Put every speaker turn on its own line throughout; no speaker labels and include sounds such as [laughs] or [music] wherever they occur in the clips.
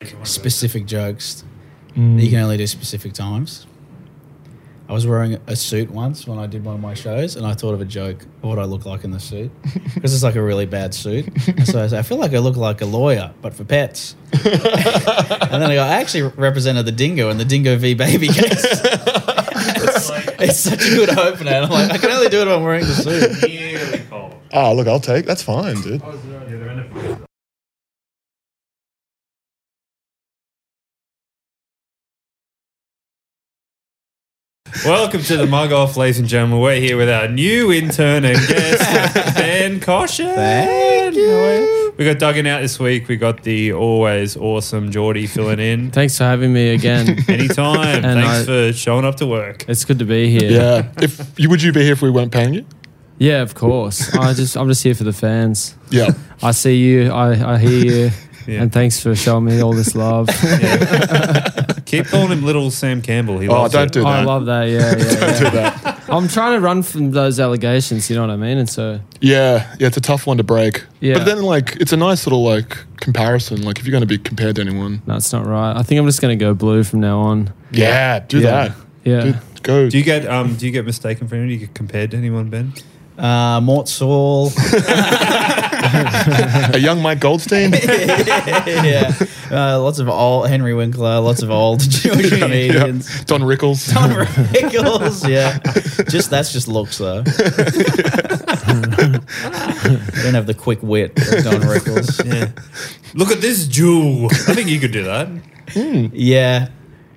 like specific jokes that you can only do specific times. I was wearing a suit once when I did one of my shows, and I thought of a joke of what I look like in the suit because it's like a really bad suit. And so I, said, I feel like I look like a lawyer, but for pets. and then I go, I actually represented the dingo in the Dingo v Baby case. it's, [laughs] it's such a good opener. And I'm like, I can only do it when I'm wearing the suit.
Nearly cold.
Oh, look, I'll take. That's fine, dude.
[laughs] Yeah, they're in the Welcome to the Mug Off, ladies and gentlemen. We're here with our new intern and guest, Ben Kosher.
Thank you.
We got Duggan out this week. We got the always awesome Geordie filling in.
Thanks for having me
[laughs]
again.
Anytime.
And
Thanks
I-
for showing up to work.
it's good to be here.
Yeah. If you would you be here if we weren't paying you?
Yeah, of course. I just I'm just here for the fans.
Yeah.
I see you, I, I hear you.
Yeah.
And thanks for showing me all
[laughs]
this love.
Keep calling him little Sam Campbell. He
Oh,
loves
don't
it.
do that.
I love that. Yeah, yeah,
do
yeah.
that.
I'm trying to run from those allegations. You know what I mean? And so,
Yeah, yeah, it's a tough one to break.
Yeah.
But then, like, it's a nice little like comparison. Like, if you're going to be compared to anyone,
no, it's not right. I think I'm just going to go blue from now on.
yeah, do
Yeah. Yeah.
that. Do- go.
Do you get um? Do you get mistaken for anyone? Do you get compared to anyone, Ben?
Uh, Mort Saul.
[laughs] a young Mike Goldstein.
yeah. [laughs] Uh, lots of old Henry Winkler, lots of
[laughs]
old Jewish
Yeah.
comedians.
Don Rickles.
Don Rickles, yeah. Just that's just looks
[laughs]
though. I don't have the quick wit of Don Rickles.
[laughs] Yeah. Look at this Jew. I think you could do that.
Yeah.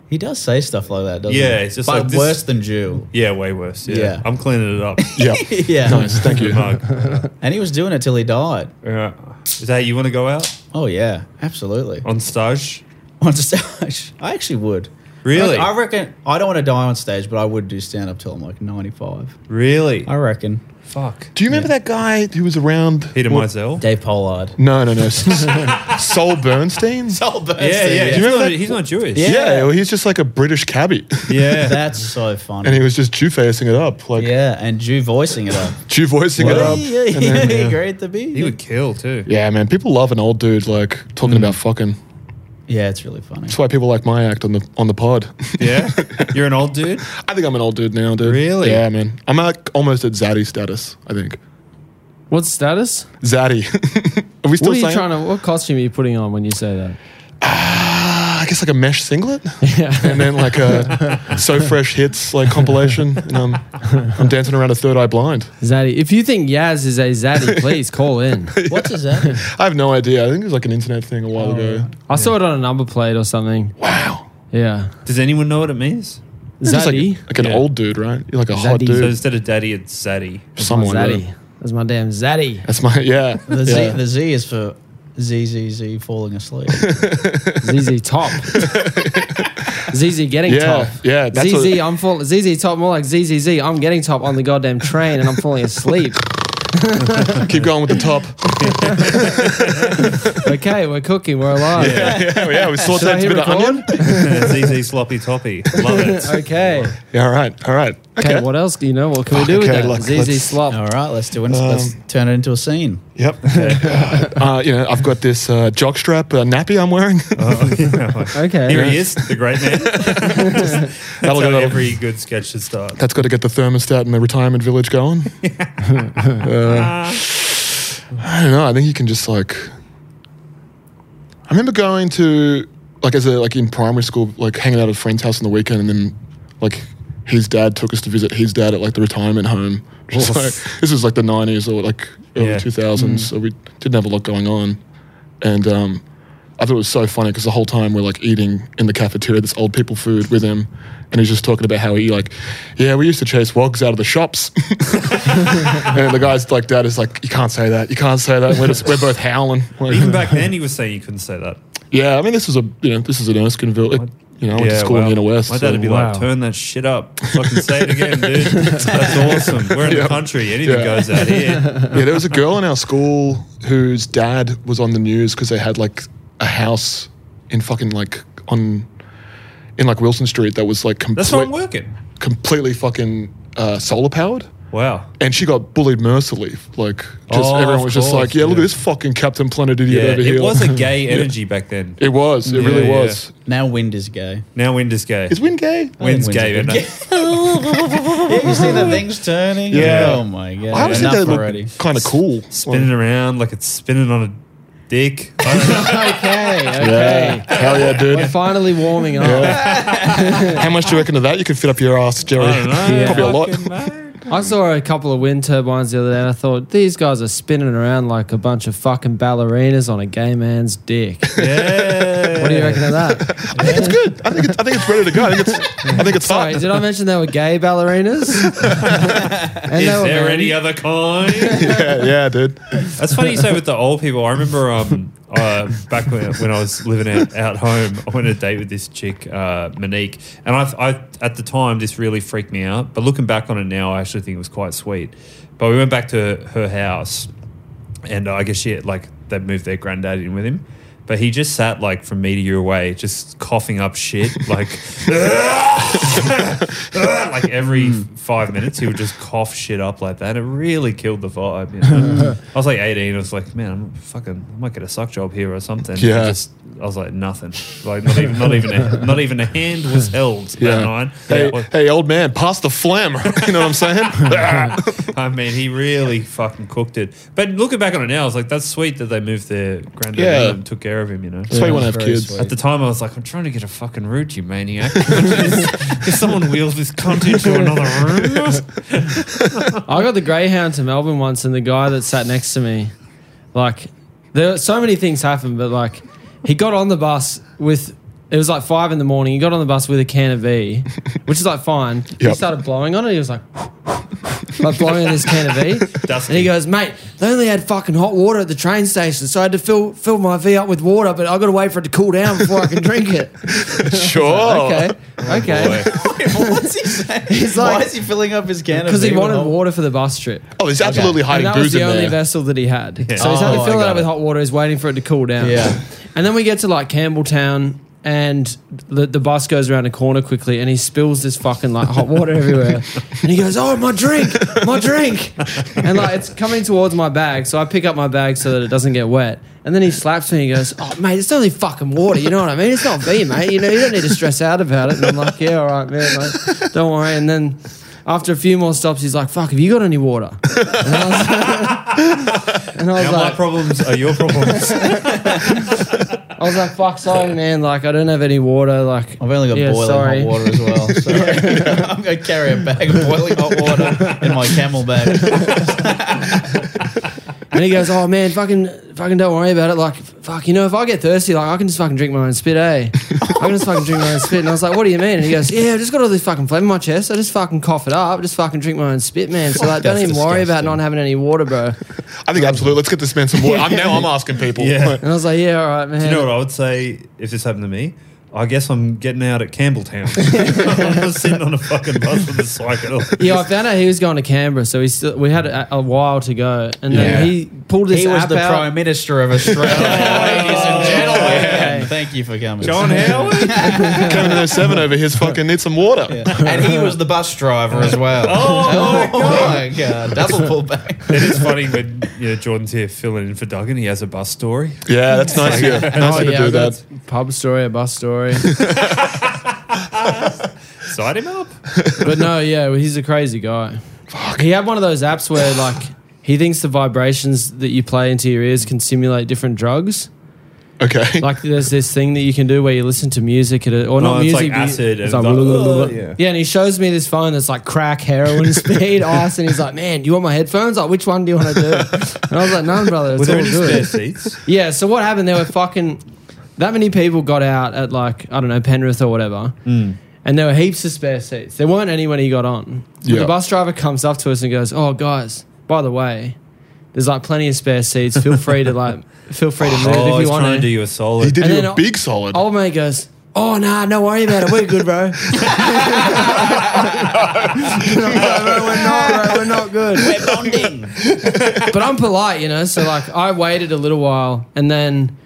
He does say stuff like that, doesn't he?
Yeah, it's just
but
like this-
worse than Jew.
Yeah, way worse. Yeah.
Yeah.
I'm cleaning it up.
yeah.
[laughs] Yeah.
[laughs] Nice. Thank you.
Mug.
And he was doing it till he died.
Yeah. Is that you want to go out
Oh yeah, absolutely.
on stage?
On stage. [laughs] I actually would.
Really?
I reckon I don't want to die on stage, but I would do stand up till I'm like ninety five.
Really?
I reckon.
Fuck.
Do you remember that guy who was around?
Peter
what-
Mizell?
Dave Pollard.
No, [laughs] no, no. Sol Bernstein.
Sol
Yeah, yeah. He's,
you remember
not,
that-
he's not Jewish.
Yeah.
Yeah, well, he's just like a British cabbie,
Yeah.
That's so
and
funny.
he was just Jew facing it up, like
Yeah, and Jew voicing it up.
Jew voicing it up.
Yeah, yeah,
and then-
yeah, great to be.
he would kill too.
yeah, man. People love an old dude like talking
Hmm.
about fucking.
Yeah, it's really funny.
That's why people like my act on the on the pod. [laughs]
Yeah. You're an old dude?
I think I'm an old dude now, dude.
Really?
Yeah, man. I'm at, almost at zaddy status. I think
What's status?
zaddy. [laughs] are we still
What are you
saying?
trying to? What costume are you putting on when you say that?
Ah, I guess like a mesh singlet,
[laughs] Yeah.
and then like
[laughs]
a so fresh hits like compilation, and I'm I'm dancing around a third eye blind.
Zaddy. If you think Yaz is a
[laughs]
Zaddy, please call in.
What's his name?
I have no idea. I think it was like an internet thing a while ago.
I saw it on a number plate or something.
Wow.
Yeah.
Does anyone know what it means?
It's just like,
Zaddy.
like an
Yeah.
old dude, right? You're like a hot
Zaddy.
So
dude.
instead of daddy, it's Zaddy.
Someone.
That's my
Zaddy.
Zaddy. That's my damn Zaddy.
That's my yeah.
The, Z,
yeah.
the Z is for ZZZ falling asleep.
[laughs]
ZZ Top. ZZ getting
Yeah,
top.
yeah, that's
ZZ,
what-
I'm falling. ZZ Top, more like ZZZ. I'm getting top on the goddamn train and I'm falling
[laughs]
asleep.
Keep going with the
[laughs]
top. [laughs]
okay, we're cooking. We're alive.
yeah, yeah, yeah. We
Should
sauteed
I
a
hit
bit of onion.
record?
ZZ Sloppy Toppy. Love it.
Okay.
Yeah, all right, all right.
Okay.
Okay.
What else? do You know what can we do with
Okay,
that?
look, let's-
ZZ Slop.
All right, let's do it. Let's turn it into a scene.
Yep. [laughs] uh, you know, I've got this uh, jockstrap uh, nappy I'm wearing.
[laughs]
Okay.
Here he is, the great man.
that'll
So
go. that'll-
every good sketch should start.
[laughs] That's got to get the thermostat in the retirement village going. [laughs] Uh, I don't know. I think you can just like. I remember going to like as a like in primary school, like hanging out at a friend's house on the weekend, and then like his dad took us to visit his dad at like the retirement home. [laughs] Which is,
Oof.
like, this was like the nineties or like early
Yeah.
two thousands, so we didn't have a lot going on, and um, I thought it was so funny because the whole time we're like eating in the cafeteria this old people food with him, and he's just talking about how he like, yeah, we used to chase wogs out of the shops, [laughs] and the guy's like, dad is like, you can't say that, you can't say that. We're just we're both howling. Like,
Even back then, he was saying you couldn't say that.
yeah, I mean this is a you know this is an Erskineville. It, you know, I went to school
wow.
in the West.
My dad would be
Wow.
like, turn that shit up. Fucking say it again,
[laughs]
dude. That's awesome. We're in
Yeah.
the country. Anything
Yeah.
goes out here.
yeah, there was a girl in our school whose dad was on the news because they had like a house in fucking like on in like Wilson Street that was like
That's
complete,
why I'm working.
completely fucking uh, solar powered.
Wow.
and she got bullied mercilessly. Like, just
Oh,
everyone
of
was just
course,
like, yeah, look at
yeah.
this fucking Captain Planet idiot
Yeah,
over here.
it
[laughs]
was a
Like-
gay energy back then.
it was. It
Yeah,
really
yeah.
was.
Now wind is gay.
Now wind is gay.
Is Win gay?
Wind's
Wind's
gay,
a
isn't
bit
it?
[laughs] Yeah, you see the things turning.
Yeah.
Oh my god.
I always think
Enough
they [laughs]
already. [laughs]
look kind of cool.
Spinning around like it's spinning on a dick. I don't
[laughs]
know.
Okay, okay.
Yeah. Hell yeah,
We're
dude.
finally warming up.
How much do you reckon of that you could fit up your ass, Jerry?
I don't know.
[laughs] Probably a lot.
Fucking no.
I saw a couple of wind turbines the other day and I thought, these guys are spinning around like a bunch of fucking ballerinas on a gay man's dick.
Yeah.
What do you reckon of that?
I think it's good. I think it's, I think it's ready to go. I think it's I think it's
Sorry,
fine.
did I mention they were gay ballerinas?
[laughs]
and
Is there
men.
any other
[laughs]
kind?
[laughs] Yeah, yeah, dude.
That's funny you say with the old people. I remember um, uh, back when, when I was living out, out home, I went on a date with this chick, uh, Monique. And I've, I, at the time, this really freaked me out. But looking back on it now, I actually think it was quite sweet. But we went back to her house, and I guess she had, like, they moved their granddad in with him. But he just sat like from me to you away, just coughing up shit, [laughs] like like every
Hmm.
five minutes he would just cough shit up like that. It really killed the vibe. You
[laughs]
know? I was like 18. I was like, man, I'm fucking. I might get a suck job here or something. And
Yeah.
Just, I was like nothing. Like not even not even a, not even a hand
[laughs]
was held that
Yeah.
night.
Hey,
It was-
hey, old man, pass the phlegm. [laughs] you know what I'm
[laughs]
saying? Ah.
I mean, he really fucking cooked it. But looking back on it now, I was like, that's sweet that they moved their granddad
Yeah.
in and took care of him. You know.
That's why you want to have
Very
kids.
sweet.
At the time, I was like, I'm trying to get a fucking root, you maniac. [laughs] if someone wheels this cunt into another room.
I got the Greyhound to Melbourne once, and the guy that sat next to me, like, there so many things happened, but like, he got on the bus with. It was like five in the morning. He got on the bus with a can of V, which is like fine. He
Yep.
started blowing on it. He was like, [laughs] like blowing on this can of V.
Dusty.
And he goes, mate, they only had fucking hot water at the train station, so I had to fill fill my V up with water, but I got to wait for it to cool down before I can drink
[laughs]
it.
Oh.
[laughs] Sure.
Okay, okay.
What's he saying?
He's like-
Why is he filling up his can? of
Because he
beer with
wanted
hot-
water for the bus trip.
Oh, he's absolutely hiding
and that was
booze
the
in
only
there.
vessel that he had.
Yeah.
So he's had
Oh,
to
I
fill it
got
up with
it.
hot water. He's waiting for it to cool down.
Yeah.
And then we get to like Campbelltown, and the, the bus goes around a corner quickly, and he spills this fucking like hot water [laughs] everywhere. And he goes, "Oh, my drink, my drink!" And like it's coming towards my bag, so I pick up my bag so that it doesn't get wet. And then he slaps me and he goes, "Oh, mate, it's only fucking water. You know what I mean? It's not beer, mate. You know you don't need to stress out about it." And I'm like, "Yeah, all right, man. Like, don't worry." And then. After a few more stops, he's like, "Fuck, have you got any water?" And I was, and I was
Now,
like,
my problems are your problems.
I was like, fuck, sorry, man. Like, I don't have any water. Like,
I've only got
Yeah,
boiling
sorry.
hot water as well.
[laughs]
So I'm going to carry a bag of boiling hot water in my camel
[laughs]
bag.
and he goes, oh, man, fucking, fucking don't worry about it. Like, fuck, you know, if I get thirsty, like, I can just fucking drink my own spit, eh? I can just fucking drink my own spit. And I was like, what do you mean? And he goes, yeah, I just got all this fucking phlegm in my chest. I just fucking cough it up. Just fucking drink my own spit, man. So, like, don't
That's
even worry about
disgusting.
not having any water, bro.
I think absolutely. Let's get this man some water. I'm, now I'm asking people.
Yeah.
And I was like, yeah, all right, man.
You know what I would say if this happened to me? I guess I'm getting out at Campbelltown. I was sitting on a fucking bus with a psychedelic.
yeah, I found out he was going to Canberra, so he still, we had a, a while to go, and then
Yeah.
he pulled his
He was
app
the
out.
Prime Minister of [laughs] Australia. Ladies and gentlemen,
Okay.
thank you for coming.
John Howard?
[laughs] Kevin 07 over here's fucking needs some water.
And he was the bus driver as well.
Oh, my God.
my God. Double pullback. [laughs]
It is funny when you know, Jordan's here filling in for Duggan. He has a bus story.
Yeah, that's nice of you.
[laughs]
Nice
Oh,
of you to
yeah,
do
I've got
that.
a Pub story, a bus story.
Side him up.
But no, yeah, well, he's a crazy guy. He had one of those apps where like he thinks the vibrations that you play into your ears can simulate different drugs.
Okay.
Like there's this thing that you can do where you listen to music at a, or
No, Oh,
not
it's
music,
like
but you-
acid
it's
and
like,
it's
blah, blah,
like,
blah, [laughs]
"Ugh,"
blah.
yeah.
yeah. and he shows me this phone that's like
[laughs]
crack, heroin, speed, ice, and he's like, "Man, you want my headphones? Like, which one do you want to do?" And I was like, "No, brother,
Were
it's
there
all
any spare [laughs]
good."
seats?
Yeah, so what happened? There were fucking that many people got out at like, I don't know, Penrith or whatever. And there were heaps of spare seats. There weren't any when he got on. But
Yeah.
The bus driver comes up to us and goes, Oh guys, by the way, there's like plenty of spare seats. Feel free to like feel free to move
Oh,
if
he's
you
trying
want
to do
to.
you a solid.
he did
and
you
then
a big solid.
Old mate goes, Oh nah, don't worry about it. We're good, bro. [laughs] no, bro, we're not, bro, we're not good
We're bonding.
but I'm polite, you know. So like, I waited a little while, and uh, then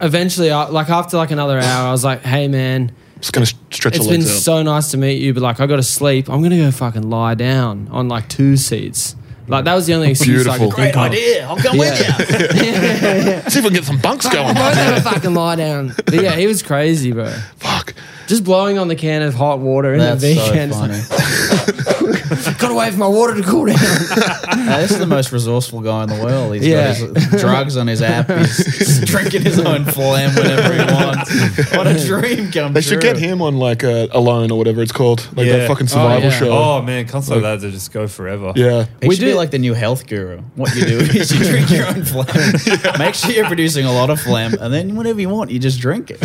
eventually, I, like after like another hour, I was like, "Hey, man,
Just gonna stretch
It's
the
been
legs out.
so nice to meet you, but like I got to sleep. I'm gonna go fucking lie down on like two seats. Like that was the only excuse I
Beautiful.
could think
Great
of.
idea. I'll go with you.
See if we can get some
[laughs]
bunks
I'm
going.
gonna fucking lie down. But yeah, he was crazy, bro.
Fuck.
Just blowing on the can of hot water in
That's
the
so
can.
funny.
Gotta wait for my water to cool down.
Now, Uh, this is the most resourceful guy in the world. He's
Yeah.
got his drugs on his app. He's [laughs] drinking his own phlegm whenever he wants. What a dream come
They
true.
should get him on like uh, Alone or whatever it's called, like
Yeah.
that fucking survival
yeah.
show.
Oh man, cunts like that they just go forever.
Yeah.
He
We
should be
do-
like the new health guru. What you do is
[laughs]
you drink your own phlegm. Make sure you're producing a lot of phlegm, and then whenever you want, you just drink it.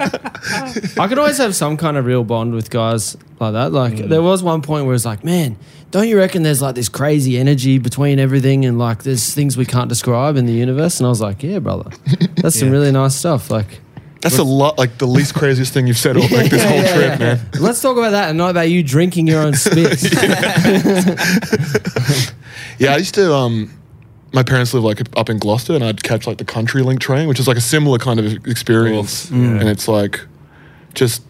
I could always have some kind of real bond with guys like that. Like
Mm.
there was one point where it's like, man, don't you reckon there's like this crazy energy between everything and like there's things we can't describe in the universe? And I was like, yeah, brother,
[laughs]
that's some
Yeah.
really nice stuff. Like
That's a lot, like the least craziest thing you've said all like this
[laughs] Yeah,
whole
yeah,
trip,
yeah.
man.
Let's talk about that and not about you drinking your own spit.
[laughs] Yeah, I used to. Um, my parents live like up in Gloucester, and I'd catch like the Country Link train, which is like a similar kind of experience.
Cool. Mm.
And it's like just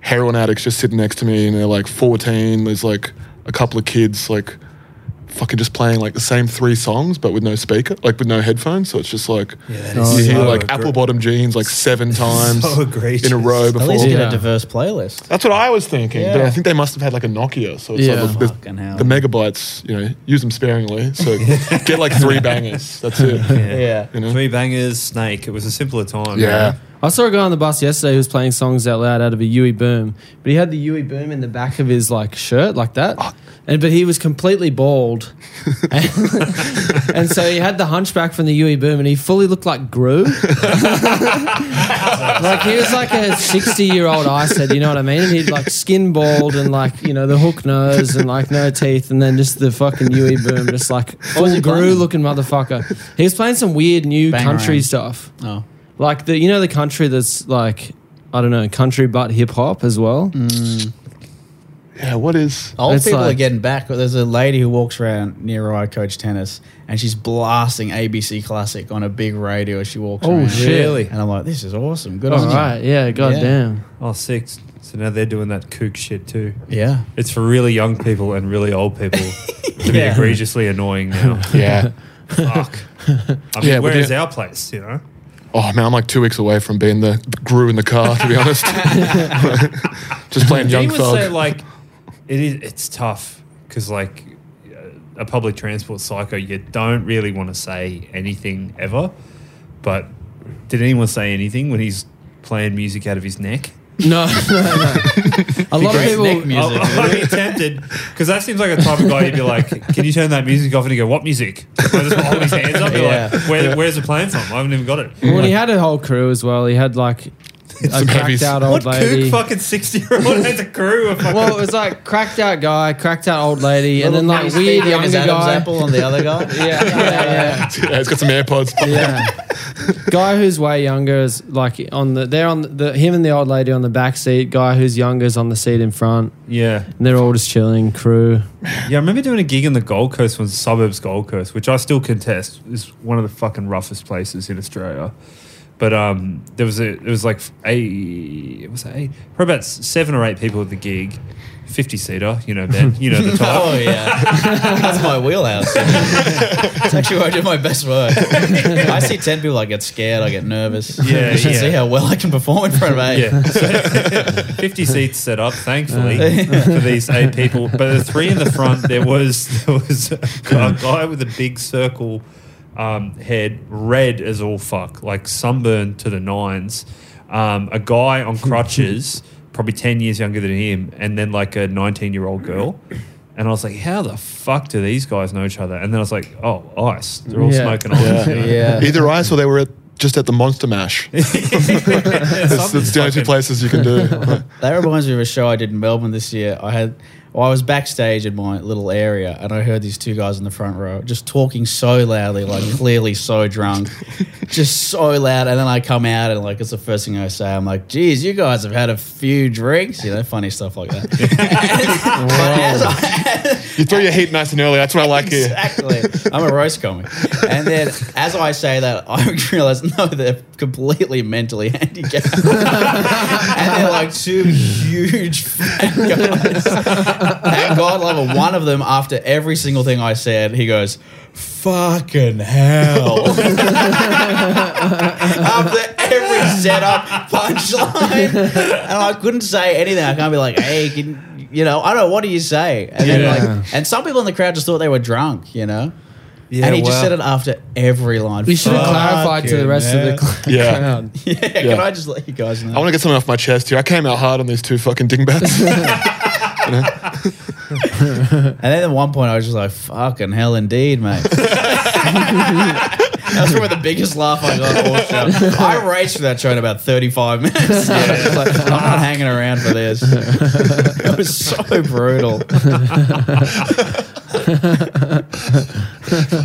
heroin addicts just sitting next to me, and they're like 14. There's like a couple of kids like fucking just playing like the same three songs, but with no speaker, like with no headphones. So it's just like
Yeah, that
is
you
so
hear like
egre-
apple bottom jeans like seven
[laughs]
times
So egregious.
in a row
At
before.
least you get
Yeah.
a diverse playlist.
That's what I was thinking, but
Yeah.
I think they must have had like a Nokia. So it's
Yeah.
like, look, this-
Fucking hell.
the megabytes, you know, use them sparingly. So get like three bangers. That's it.
Yeah.
Yeah.
You know?
Three bangers, snake. It was a simpler time.
Yeah.
I saw a guy on the bus yesterday who was playing songs out loud out of a Yui boom, but he had the Yui boom in the back of his like shirt like that, and but he was completely bald, and, [laughs] and so he had the hunchback from the Yui boom, and he fully looked like Gru, like he was like a sixty year old I said, you know what I mean? And he'd like skin bald and like you know the hook nose and like no teeth, and then just the fucking Yui boom, just like
was
full
he
Gru
playing?
looking motherfucker. He was playing some weird new
Bangarang.
country stuff
Oh,
like the you know the country that's like I don't know country but hip hop as well.
Yeah. What is.
old
It's
people are
like-
getting back. but There's a lady who walks around near where I coach tennis, and she's blasting ABC Classic on a big radio as she walks.
Oh,
around.
shit. Really?
And I'm like, this is awesome. Good
All
on
Oh, right, yeah, god
Yeah.
damn.
Oh, six. So now they're doing that kook shit too.
you. Yeah.
It's for really young people and really old [laughs] people to be
Yeah.
egregiously annoying now.
Yeah.
Fuck. I mean,
Yeah, but
where is
yeah.
our place? You know.
Oh, man, I'm like two weeks away from being the grew in the car, to be honest. [laughs] just playing
He
Young
would say
Thug.
like it is. It's tough because like uh, a public transport psycho, you don't really want to say anything ever. But did anyone say anything when he's playing music out of his neck?
[laughs] No, no, no. A lot of
Great neck
people.
music.
I'm, I'm tempted because that seems like a type of guy you'd be like, "Can you turn that music off?" And he go, "What music?" I just hold his hands up. Be
Yeah. Mm.
like, Where, "Where's the playing from? I haven't even got it."
Well, he had a whole crew as well. He had like a
some
cracked
heavies.
out
What
old
kook
lady.
fucking sixty year old has a crew of fucking
Well, it was like cracked out guy, cracked out old lady, [laughs] and then like
Little
weird
Stevie and
younger
his Adam's
guy.
apple on the other guy.
[laughs] Yeah,
[laughs]
yeah,
yeah, it's got some AirPods.
yeah. yeah. guy who's way younger is like on the they're on the him and the old lady on the back seat. Guy who's younger is on the seat in front,
yeah.
and they're all just chilling. Crew.
Yeah, I remember doing a gig in the Gold Coast, one suburbs Gold Coast, which I still contest is one of the fucking roughest places in Australia. But um, there was a, it was like eight, was it eight? Probably about s- seven or eight people at the gig, fifty seater. You know, Ben, you know
[laughs]
the type.
Oh
[laughs]
yeah, [laughs] that's my wheelhouse. it's actually where I do my best
[laughs]
work. I see ten people, I get scared, I get nervous.
Yeah,
you should
yeah.
see how well [laughs] I can perform in front of eight.
Yeah, so, fifty seats set up, thankfully, for these eight people. But the three in the front, there was there was a guy, a guy with a big circle um, head, red as all fuck, like sunburned to the nines. Um, a guy on crutches, probably ten years younger than him, and then like a nineteen-year-old girl. And I was like, "How the fuck do these guys know each other?" And then I was like, "Oh, ice. They're all
Yeah.
smoking ice."
Yeah.
you
[laughs]
know?
Yeah.
Either ice or they were at, just at the Monster Mash. That's, that's the only two
[laughs] Something's fucking-
places you can do.
That reminds me of a show I did in Melbourne this year. I had Well, I was backstage in my little area and I heard these two guys in the front row just talking so loudly,
[laughs]
like clearly so drunk, just so loud. And then I come out and like it's the first thing I say. I'm like, geez, you guys have had a few drinks, you know, funny stuff like that. [laughs] But as I-
You throw your heat nice and early. That's what I like here.
Exactly. I'm a roast comic. And then as I say that, I realize, no, they're completely mentally handicapped. [laughs] and they're like two huge fat guys. And God love it. One of them, after every single thing I said, he goes, fucking hell. [laughs] after every setup, punchline. And I couldn't say anything. I can't be like, hey, can, you know, I don't know, what do you say? And then
Yeah.
like, and some people in the crowd just thought they were drunk, you know? and he just said it after every line.
You should have
Fuck.
clarified to the rest of the cl-
Yeah.
[laughs] crowd.
Yeah, can I just let you guys
I
know?
want to get something off my chest here. I came out hard on these two fucking dingbats.
And then at one point, I was just like, fucking hell indeed, mate. That's probably the biggest laugh I got all show. I raced for that show in about 35 minutes. [laughs] I was like, I'm not hanging around for this. It was so brutal.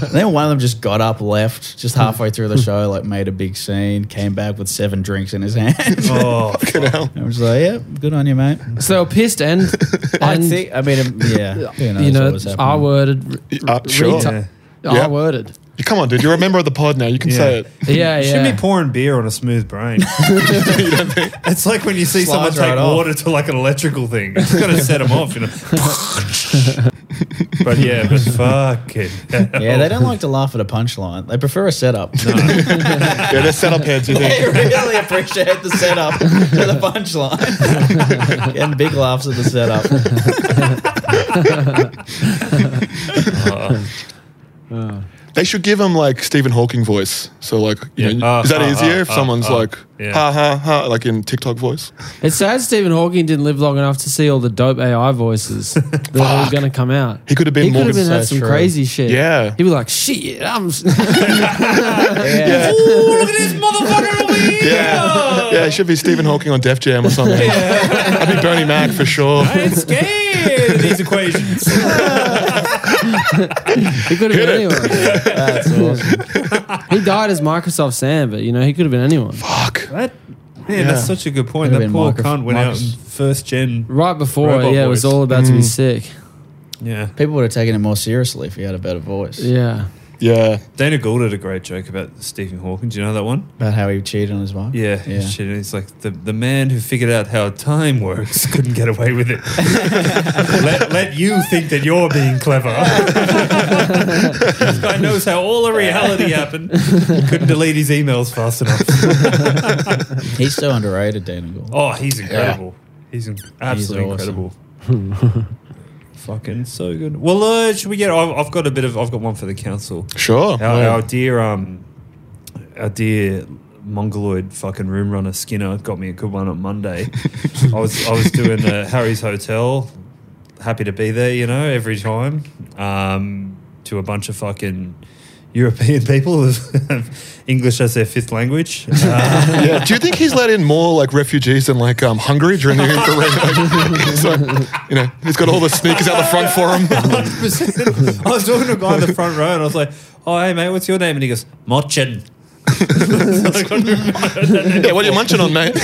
and then one of them just got up, left, just halfway through the show, like made a big scene, came back with seven drinks in his hand.
[laughs] Oh,
[laughs] I was like, yeah, good on you, mate.
So they were pissed and, and
I think, I mean, um, yeah, who knows
you know,
what was happening.
I worded,
uh, sure.
yeah.
Yeah.
I worded.
Come on, dude. You're a member of the pod now. You can
Yeah.
say it.
Yeah,
You
yeah.
Should be pouring beer on a smooth brain. it's like when you see
Slides
someone
right
take
off.
water to like an electrical thing. It's got to set them off, you know. but yeah, but fuck it.
Yeah, they don't like to laugh at a punchline. They prefer a [laughs] setup.
Yeah, they're setup heads, you
they [laughs]
think.
really appreciate the setup to the punchline. [laughs] Getting big laughs at the setup.
They should give them like Stephen Hawking voice. So like, you
Yeah.
know,
Ah,
is that
ah,
easier
ah,
if
ah,
someone's
ah.
like,
Yeah.
ha ha ha, like in TikTok voice?
It's sad Stephen Hawking didn't live long enough to see all the dope AI voices that are all going to come out.
He could have been
He could
Morgan.
have been
so
had some
true.
crazy shit.
Yeah.
He'd be like, shit, I'm. s-" [laughs]
Yeah.
Ooh, look at this motherfucker over here.
Yeah. Yeah, it should be Stephen Hawking on Def Jam or something. I'd be Bernie Mac for sure.
I ain't scared of these equations.
He could have been anyone.
That's awesome.
he died as Microsoft Sam, but you know, he could have been anyone.
Fuck.
That, man, that's such a good point.
Could've
That
been
poor
micro-
cunt went out in
micros-
first gen.
Right before,
Robot
yeah, it was
voice.
all about to be sick.
Yeah.
People would have taken it more seriously if he had a better voice.
Yeah.
Yeah.
Dana Gould had a great joke about Stephen Hawking. Do you know that one?
About how he cheated on his wife.
Yeah,
Yeah.
Shit. And it's like the, the man who figured out how time works [laughs] couldn't get away
[laughs]
with it. let, let you think that you're
[laughs]
being clever. this guy knows how all of reality happened. Couldn't delete his emails fast enough.
[laughs] He's so underrated, Dana Gould.
Oh, he's incredible. He's in- absolutely
awesome.
incredible.
[laughs]
Fucking so good. Well, uh, should we get? I've, I've got a bit of. I've got one for the council.
Sure.
Our,
Yeah.
our dear, um, our dear mongoloid fucking room runner Skinner got me a good one on Monday. I was I was doing uh, Harry's Hotel. Happy to be there, you know, every time. Um, to a bunch of fucking European [laughs] people with English as their fifth language. Uh, [laughs]
yeah. Do you think he's let in more like refugees than like um, Hungary during the [laughs] infrared? Like, he's like, you know, he's got all the sneakers out the front for him.
100%. I was talking to a guy in the front row and I was like, oh, hey, mate, what's your name? And he goes, Mochin. [laughs]
yeah, what are you munching on,
[laughs]
mate? did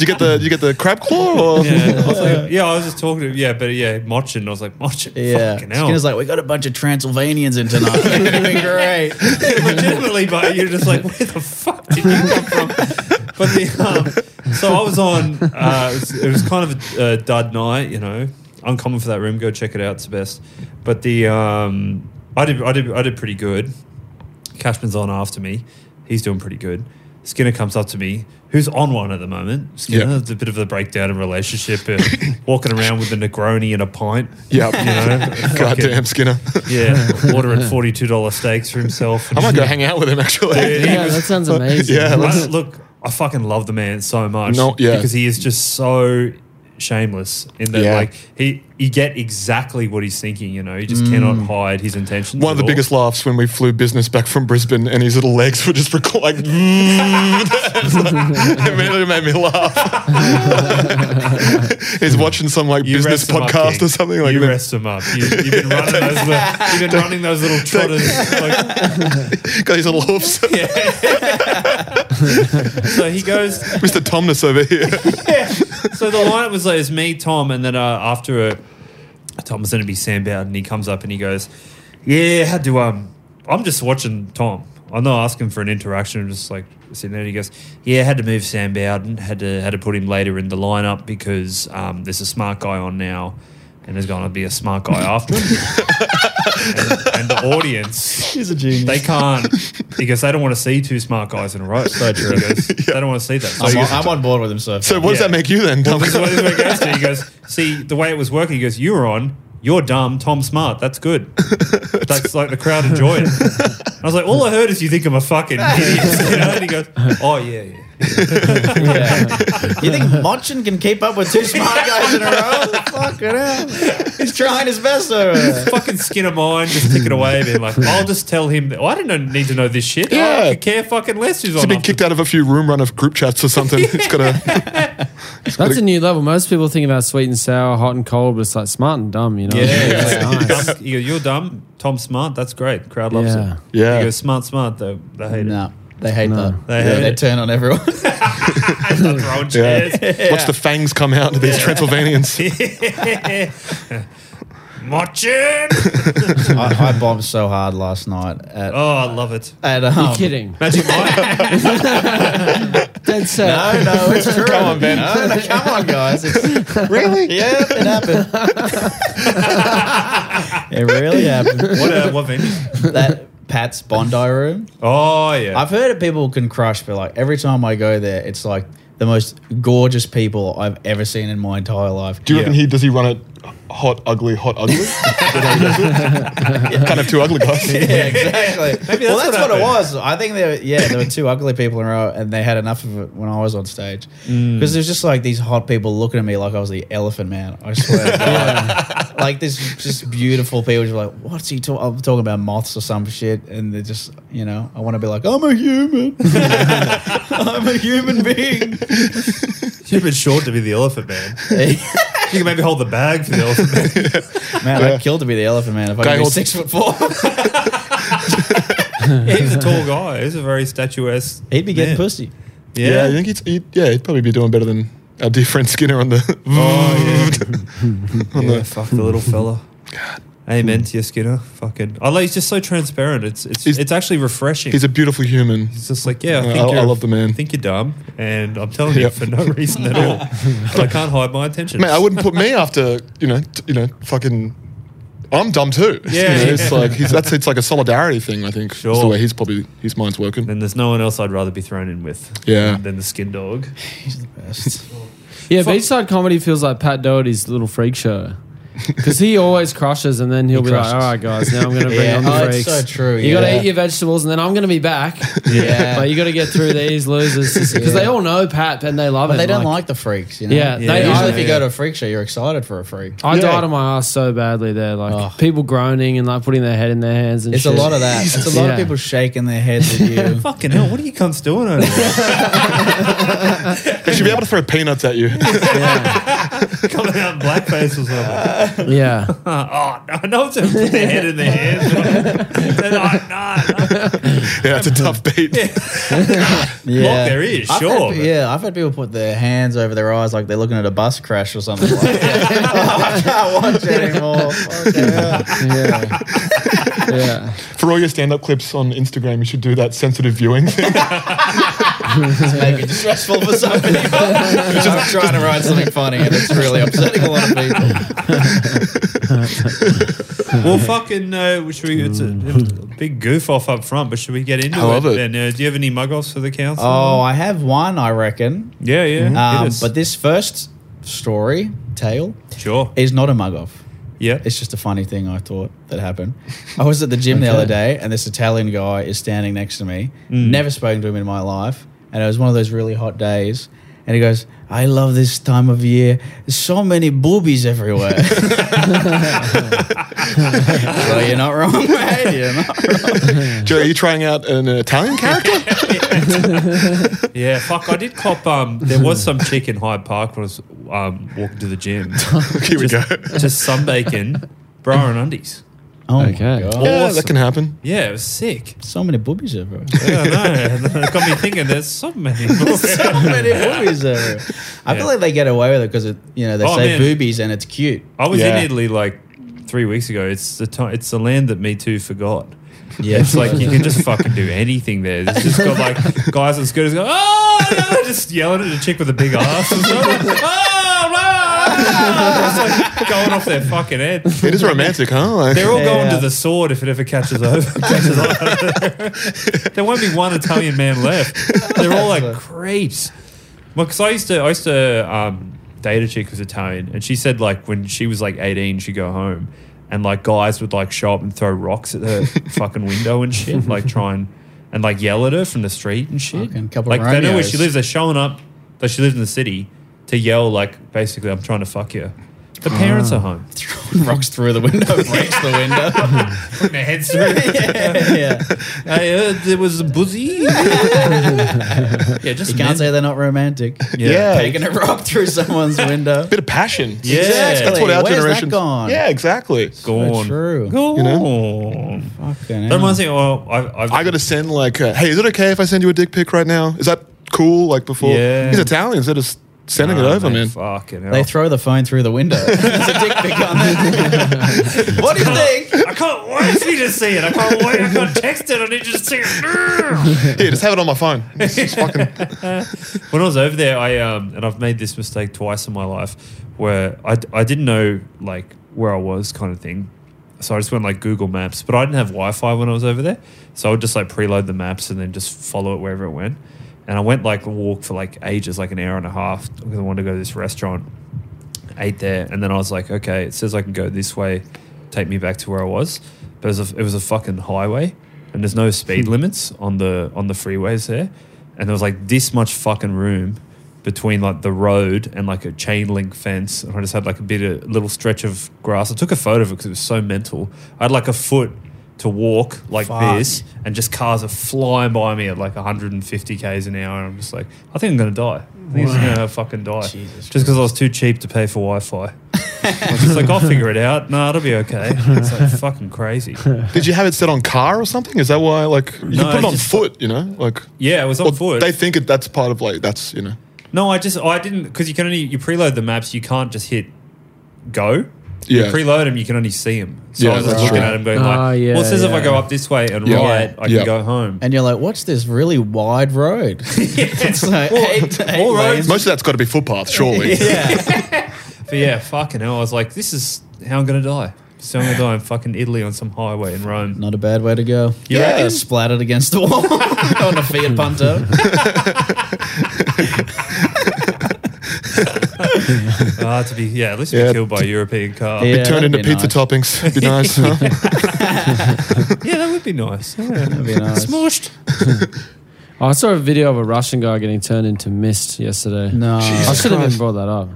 you get the did you get the crab claw or
Yeah. [laughs] I was like, yeah, I was just talking to him. Yeah, but yeah, Mochin. I was like, Mochin.
Yeah.
Fucking hell.
Skinner's like, we got a bunch of Transylvanians in tonight. [laughs] It's gonna be great.
[laughs] legitimately, but you're just like, where the fuck did you come from? But the, um, so I was on. Uh, it, was, it was kind of a, uh dud night, you know. Uncommon for that room. Go check it out. It's the best. But the um, I did I did I did pretty good. Cashman's on after me. He's doing pretty good. Skinner comes up to me, who's on one at the moment. Skinner,
Yeah.
it's a bit of a breakdown in relationship, uh, walking around with a Negroni and a pint.
Yep.
You know,
[laughs] Goddamn
[laughs]
Skinner.
yeah, ordering forty two dollar steaks for himself.
I might go hang out with him actually.
He
Yeah,
was-
that sounds amazing.
Oh Yeah,
I-
let's-
look, I fucking love the man so much.
No, yeah.
Because he is just so shameless in that
Yeah.
like he you get exactly what he's thinking. You know, he just cannot hide his intentions.
Mm. One
at
of the
all.
biggest laughs when we flew business back from Brisbane and his little legs were just reco- like, [laughs] it really made
[laughs]
me laugh. He's watching some like
You
business
rest him up,
podcast
King.
or something like
you
that.
rest him up. You, you've been running those little, you've
[laughs]
been running those little trotters. Like,
Got his little hoofs. [laughs]
so he goes.
Mr. Tomness over here.
So the lineup was like it's me, Tom, and then uh, after it, Tom was going to be Sam Bowden. He comes up and he goes, "Yeah, how do um, I'm just watching Tom. I'm not asking for an interaction. I'm just like sitting there." And he goes, "Yeah, had to move Sam Bowden. Had to had to put him later in the lineup because um, there's a smart guy on now." And there's going to be a smart guy after him. and, and the audience
He's a genius.
they can't because they don't want to see two smart guys in a row. So true. [laughs] They don't want to see that. So
I'm,
he
on,
goes-
I'm on board with him so far.
So what does
Yeah.
that make you then, Tom?
this is what this is what it goes to. He goes, see, the way it was working, he goes, you were on, you're dumb, Tom's smart. That's good. That's like the crowd enjoyed it. I was like, all I heard is you think I'm a fucking idiot. [laughs] You know? And he goes, oh, yeah, yeah.
[laughs]
[laughs]
Yeah. you think Monchin can keep up [laughs] with two smart guys in a
[laughs]
row? Fucking hell. He's trying his best [laughs] over there.
Fucking skin of mine, just tick it away. Being like, I'll just tell him, that, oh, I don't know- need to know this shit.
Yeah.
I could care fucking less who's
He's
on.
been
after
kicked out of a few room run of group chats
[laughs]
or something. It's got a.
That's a new level. Most people think about sweet and sour, hot and cold, but it's like smart and dumb, you know?
Yeah.
It's
Yeah. [laughs]
nice.
Dumb, you go, you're dumb. Tom's smart. That's great. Crowd loves
Yeah.
it.
Yeah.
You go, smart, smart, though. They hate it.
No, they hate that. They,
They hate
they
it.
turn on everyone.
I start throwing chairs.
Yeah. Watch the fangs come out of these
[laughs]
Transylvanians.
Marching.
[laughs] I, [laughs] I bombed so hard last night at.
Oh, I love it.
at um,
You're kidding.
Imagine my,
Dead set.
No, no, [laughs] it's true. come
on, Ben.
No, no, come on, guys. It's, [laughs] really? Yeah, it [laughs] happened. it really happened.
what, uh, what venue?
That Pat's Bondi room.
Oh, yeah.
I've heard that people can crush, but like every time I go there, it's like the most gorgeous people I've ever seen in my entire life.
Do you reckon
Yeah.
he does he run it hot, ugly, hot, ugly?
[laughs]
[laughs] kind of two ugly guys.
Yeah, exactly.
Maybe
well,
that's
that's
what
what, it
happened.
was. I think there, were- yeah, there were two ugly people in a row, and they had enough of it when I was on stage because there's just like these hot people looking at me like I was the elephant man. I swear, to God. [laughs] like this just beautiful people just like, what's he talking? I'm talking about moths or some shit, and they're just, you know, I want to be like, I'm a human, [laughs] I'm a human being.
You've been short to be the elephant man.
man,
You can maybe hold the bag for the elephant man.
I'd kill to be the elephant man if I
Guy
could be
holds-
six foot four.
Yeah, [laughs] he's a tall guy. He's a very statuesque.
He'd be getting
man.
pussy.
Yeah.
[laughs] Yeah, I think he'd, he'd, yeah, he'd probably be doing better than our dear friend Skinner on the.
Oh, yeah. yeah fuck the little fella. Amen to your Skinner. Fucking. I like, he's just so transparent. It's it's
He's-
it's actually refreshing.
[laughs] He's a beautiful human.
It's just like, yeah, I
Yeah,
think
I- I
you're,
love the man.
I think you're dumb, and I'm telling
Yep.
you for no [laughs] reason at
[laughs]
all. but I can't hide my attention.
Man, I wouldn't put me after you know, t- you know, fucking. I'm dumb too. [laughs] You
Yeah,
know, it's
yeah.
like he's, that's it's like a solidarity thing. I think is
Sure.
the way he's probably his mind's working.
Then there's no one else I'd rather be thrown in with.
Yeah.
Than the skin dog.
He's the best.
Yeah, Beachside Comedy feels like Pat Doherty's little freak show. Because he always crushes, and then he'll be
crushes.
like, all right, guys, now I'm going to bring
[laughs] Yeah,
on the
oh, it's
freaks.
so true,
you got to
yeah.
eat your vegetables, and then I'm going to be back.
[laughs] Yeah.
But you got to get through these losers.
[laughs]
Because they
Yeah.
all know Pat, and they love
But
it.
they don't like the freaks, you know.
Yeah,
Yeah.
they
usually
are-
if you go to a freak show, you're excited for a freak.
I
Yeah.
died on my ass so badly there. Like
Oh.
people groaning and like putting their head in their hands and
It's a
shit.
lot of that. It's a lot of
Yeah.
people shaking their heads at you.
Fucking hell, what are you cunts doing over there? [laughs]
They should be able to throw peanuts
[laughs]
at you.
Coming out in blackface
[laughs]
or something. Uh,
Yeah.
oh, no, no one's ever put their head in their hands. They're like, no, no.
[laughs] yeah, it's a tough beat.
yeah.
their ears,
I've
sure,
had pe-
but-
yeah, I've had people put their hands over their eyes like they're looking at a bus crash or something. Like that. [laughs] I can't watch anymore. Fucking hell.
Yeah. yeah.
For all your stand-up clips on Instagram, you should do that sensitive viewing thing.
It's maybe distressful for some people. [laughs] I'm trying to write something funny, and it's really upsetting a lot of people.
Well, fucking, uh, should we, it's a, big goof off up front, but should we get into
I love it.
then? Uh, do you have any mug offs for the council?
Oh, I have one, I reckon.
yeah, yeah.
Um,
hit us.
but this first story tale
sure.
is not a mug off.
Yeah.
It's just a funny thing I thought that happened. I was at the gym the other day, and this Italian
Mm.
guy is standing next to me. Never spoken to him in my life, and it was one of those really hot days. and he goes, "I love this time of year. There's so many boobies
[laughs]
everywhere." well, you're not wrong, mate. You're not
[laughs]
wrong.
[laughs] Joe, are you trying out an Italian character?
Yeah, fuck. I did cop. Um, there was some chick in Hyde Park when I was um, walking to the gym.
[laughs] Here we go.
Just sunbaking, bra and undies.
Oh
Okay.
my god,
Yeah,
Awesome.
that can happen.
Yeah, it was sick.
so many boobies
[laughs]
everywhere.
Yeah, I know. It got me thinking. There's so many. [laughs]
so many boobies everywhere. I
Yeah.
feel like they get away with it because you know they
Oh,
say
man.
boobies and it's cute.
I was
Yeah.
in Italy like three weeks ago. It's the time. It's the land that Me Too forgot.
Yeah,
It's like you can just fucking do anything there. It's just got like guys on scooters going, oh, no," just yelling at a chick with a big ass. And stuff. [laughs] oh, blah, blah. It's like going off their fucking head.
It is romantic, huh? Like,
They're all going
Yeah.
to the sword if it ever
[laughs]
catches over. catches over. [laughs] there won't be one Italian man left. They're all like creeps. Because I used to, I used to um, date a chick who was Italian, and she said like when she was like eighteen, she'd go home, and like guys would like show up and throw rocks
[laughs]
at her fucking window and shit, like try and and like yell at her from the street and shit.
Fucking couple
like
of
they know where
Romeos.
she lives. They're showing up, though she lives in the city, to yell like basically, "I'm trying to fuck you." The
Ah.
parents are home.
throwing rocks through the window, [laughs] breaks the window.
Putting their heads
[laughs]
through.
yeah, yeah.
I heard there was a buzzy. yeah, just
You can't say
men.
they're not romantic.
yeah.
Taking a rock through someone's [laughs] window.
bit of passion.
Yeah.
That's- that's what our
Where's that
generation.
gone?
Yeah, exactly.
Go on.
true.
Go on.
You
Fucking
That
hell.
reminds me. Well, "Oh, I've, I've
I got to send like, uh, hey, is it okay if I send you a dick pic right now? Is that cool? Like before,
Yeah.
he's Italians. They're just sending
Oh,
it over, man.
Fucking hell.
They throw the phone through the [laughs] window. There's a dick pic on it. what do you think?
I can't wait for you to see it. I can't wait. I can't text it. I need you to see
[laughs]
it.
Here, just have it on my [laughs] phone. It's just fucking
when I was over there, I um, and I've made this mistake twice in my life, where I, I didn't know like where I was, kind of thing. So I just went like Google Maps, but I didn't have Wi-Fi when I was over there, so I would just like preload the maps and then just follow it wherever it went. And I went like a walk for like ages, like an hour and a half, because I wanted to go to this restaurant. Ate there, and then I was like, okay, it says I can go this way, take me back to where I was, but it was a, it was a fucking highway, and there's no speed limits on the on the freeways there, and there was like this much fucking room between like the road and like a chain link fence, and I just had like a bit of little stretch of grass. I took a photo of it because it was so mental. I had like a foot to walk like
Fuck.
this, and just cars are flying by me at like 150 k's an hour, and I'm just like, I think I'm gonna die. I think I'm just gonna fucking die.
Jesus
just because I was too cheap to pay for Wi-Fi. I was just like, I'll figure it out. No, it'll be okay. It's like fucking crazy.
Did you have it set on car or something? Is that why? Like you
No,
can put it on
just-
foot, you know? Like
Yeah, it was on
or
foot.
They think it, that's part of like that's you know.
no, I just I didn't because you can only you preload the maps. You can't just hit go. You
Yeah,
preload them, you can only see them. So
Yeah,
I was just
that's
looking
true.
at them going
Ah,
like,
yeah,
well, it says if I
yeah.
go up this way and
Yeah.
right, I
Yeah.
can go home.
And you're like, what's this really wide [laughs] road? it's like eight, eight
all roads-
lanes.
most of that's got to be footpaths, surely.
Yeah.
But yeah, fucking hell, I was like, this is how I'm gonna die. So I'm gonna die in fucking Italy on some highway in
[laughs]
Rome.
Not a bad way to go.
You
yeah.
reckon?
Splattered against the wall [laughs] on a Fiat Punto.
Ah, to be yeah, at least
Yeah.
be killed by a European car.
Yeah.
Yeah,
It turned
that'd
into
be
pizza
nice.
toppings. [laughs] Be nice. huh?
that would be nice. Yeah.
That'd [laughs] be nice.
Smushed.
Oh, I saw a video of a Russian guy getting turned into mist yesterday.
No.
I
Jesus
should have even
Christ.
brought that up.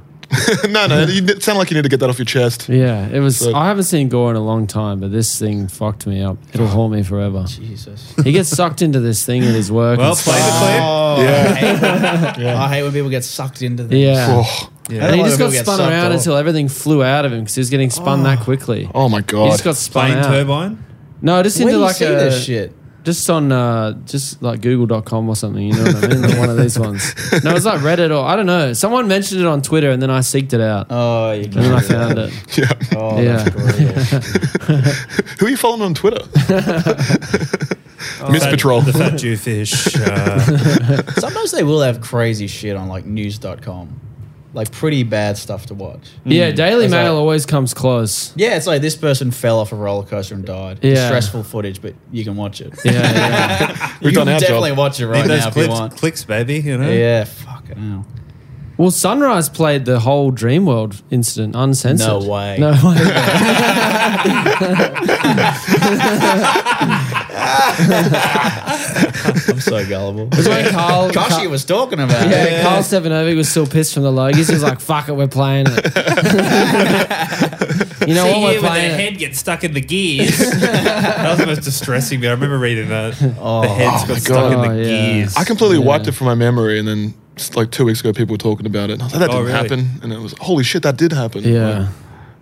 no, no, you n- sound like you need to get that off your chest.
Yeah, it was.
So-
I haven't seen gore in a long time, but this thing fucked me up. It'll haunt me forever.
Jesus.
He gets sucked into this thing at his work.
Well
and
played,
stuff.
the
Oh, I,
[laughs]
hate when, I hate when people get sucked into this.
Yeah.
Oh,
Yeah.
And he
I
just
don't like when people
got
get
spun
sucked
around
off.
until everything flew out of him because he was getting spun that quickly.
oh my
He
god.
just got
plane,
spun
plane
out.
turbine.
No, just
Where
into
do you
like
see
a
this shit?
just on uh, just like Google.com or something. You know what I mean? Like one of these ones. No, it was like Reddit or I don't know. Someone mentioned it on Twitter, and then I seeked it out,
Oh, you
and then I
can't. do
found
[laughs]
it.
Yeah.
that. Oh,
Yeah.
that's brutal.
[laughs]
Who are you following on Twitter? [laughs] Miss
Fat-
[laughs] Patrol.
The fat Jew fish. Uh,
Sometimes they will have crazy shit on like news.com. Like pretty bad stuff to watch.
Yeah, Daily
It's
Mail
like-
always comes close.
Yeah, it's like this person fell off a roller coaster and died.
Yeah.
Stressful footage, but you can watch it.
Yeah, yeah.
You
[laughs] We've done
can
our
definitely
job.
watch it right
need those
now if you
clicks,
want.
clicks, baby. You know.
Yeah, fucking hell.
well, Sunrise played the whole Dreamworld incident uncensored.
No way.
No way. [laughs]
I'm so gullible. [laughs]
It's when Carl-
Kashi
Ca-
was talking about
Yeah,
it.
Carl Stevanovic was still pissed from the Logies. He was like, fuck it, we're playing it. you know
See
what?
you
We're
when the
playing it.
head gets stuck in
[laughs]
the gears. that was the most distressing bit. I remember reading that. the head's
Oh my
got stuck in
God.
the
Oh, yeah.
gears.
I completely
Yeah.
wiped it from my memory, and then s- like two weeks ago, people were talking about it. And I was like, that
Oh,
didn't
really?
happen, and it was holy shit, that did happen. Like,
Yeah.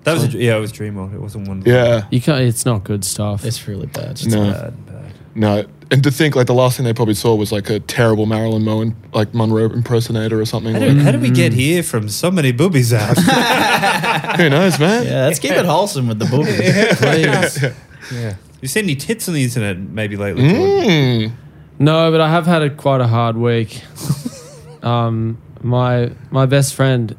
that was a, yeah, it was Dreamworld. It wasn't one.
yeah,
You can't, it's not good stuff.
It's really bad.
no,
Bad, bad.
no. And to think, like the last thing they probably saw was like a terrible Marilyn Moen, like Monroe impersonator or something.
How
Like,
did, how did we
Mm.
get here from so many boobies out? [laughs]
who knows, man?
Yeah, let's keep it wholesome with the
[laughs]
boobies.
Please.
yeah. You seen any tits on the internet maybe lately? Jordan?
Mm.
No, but I have had a quite a hard week. um, my my best friend,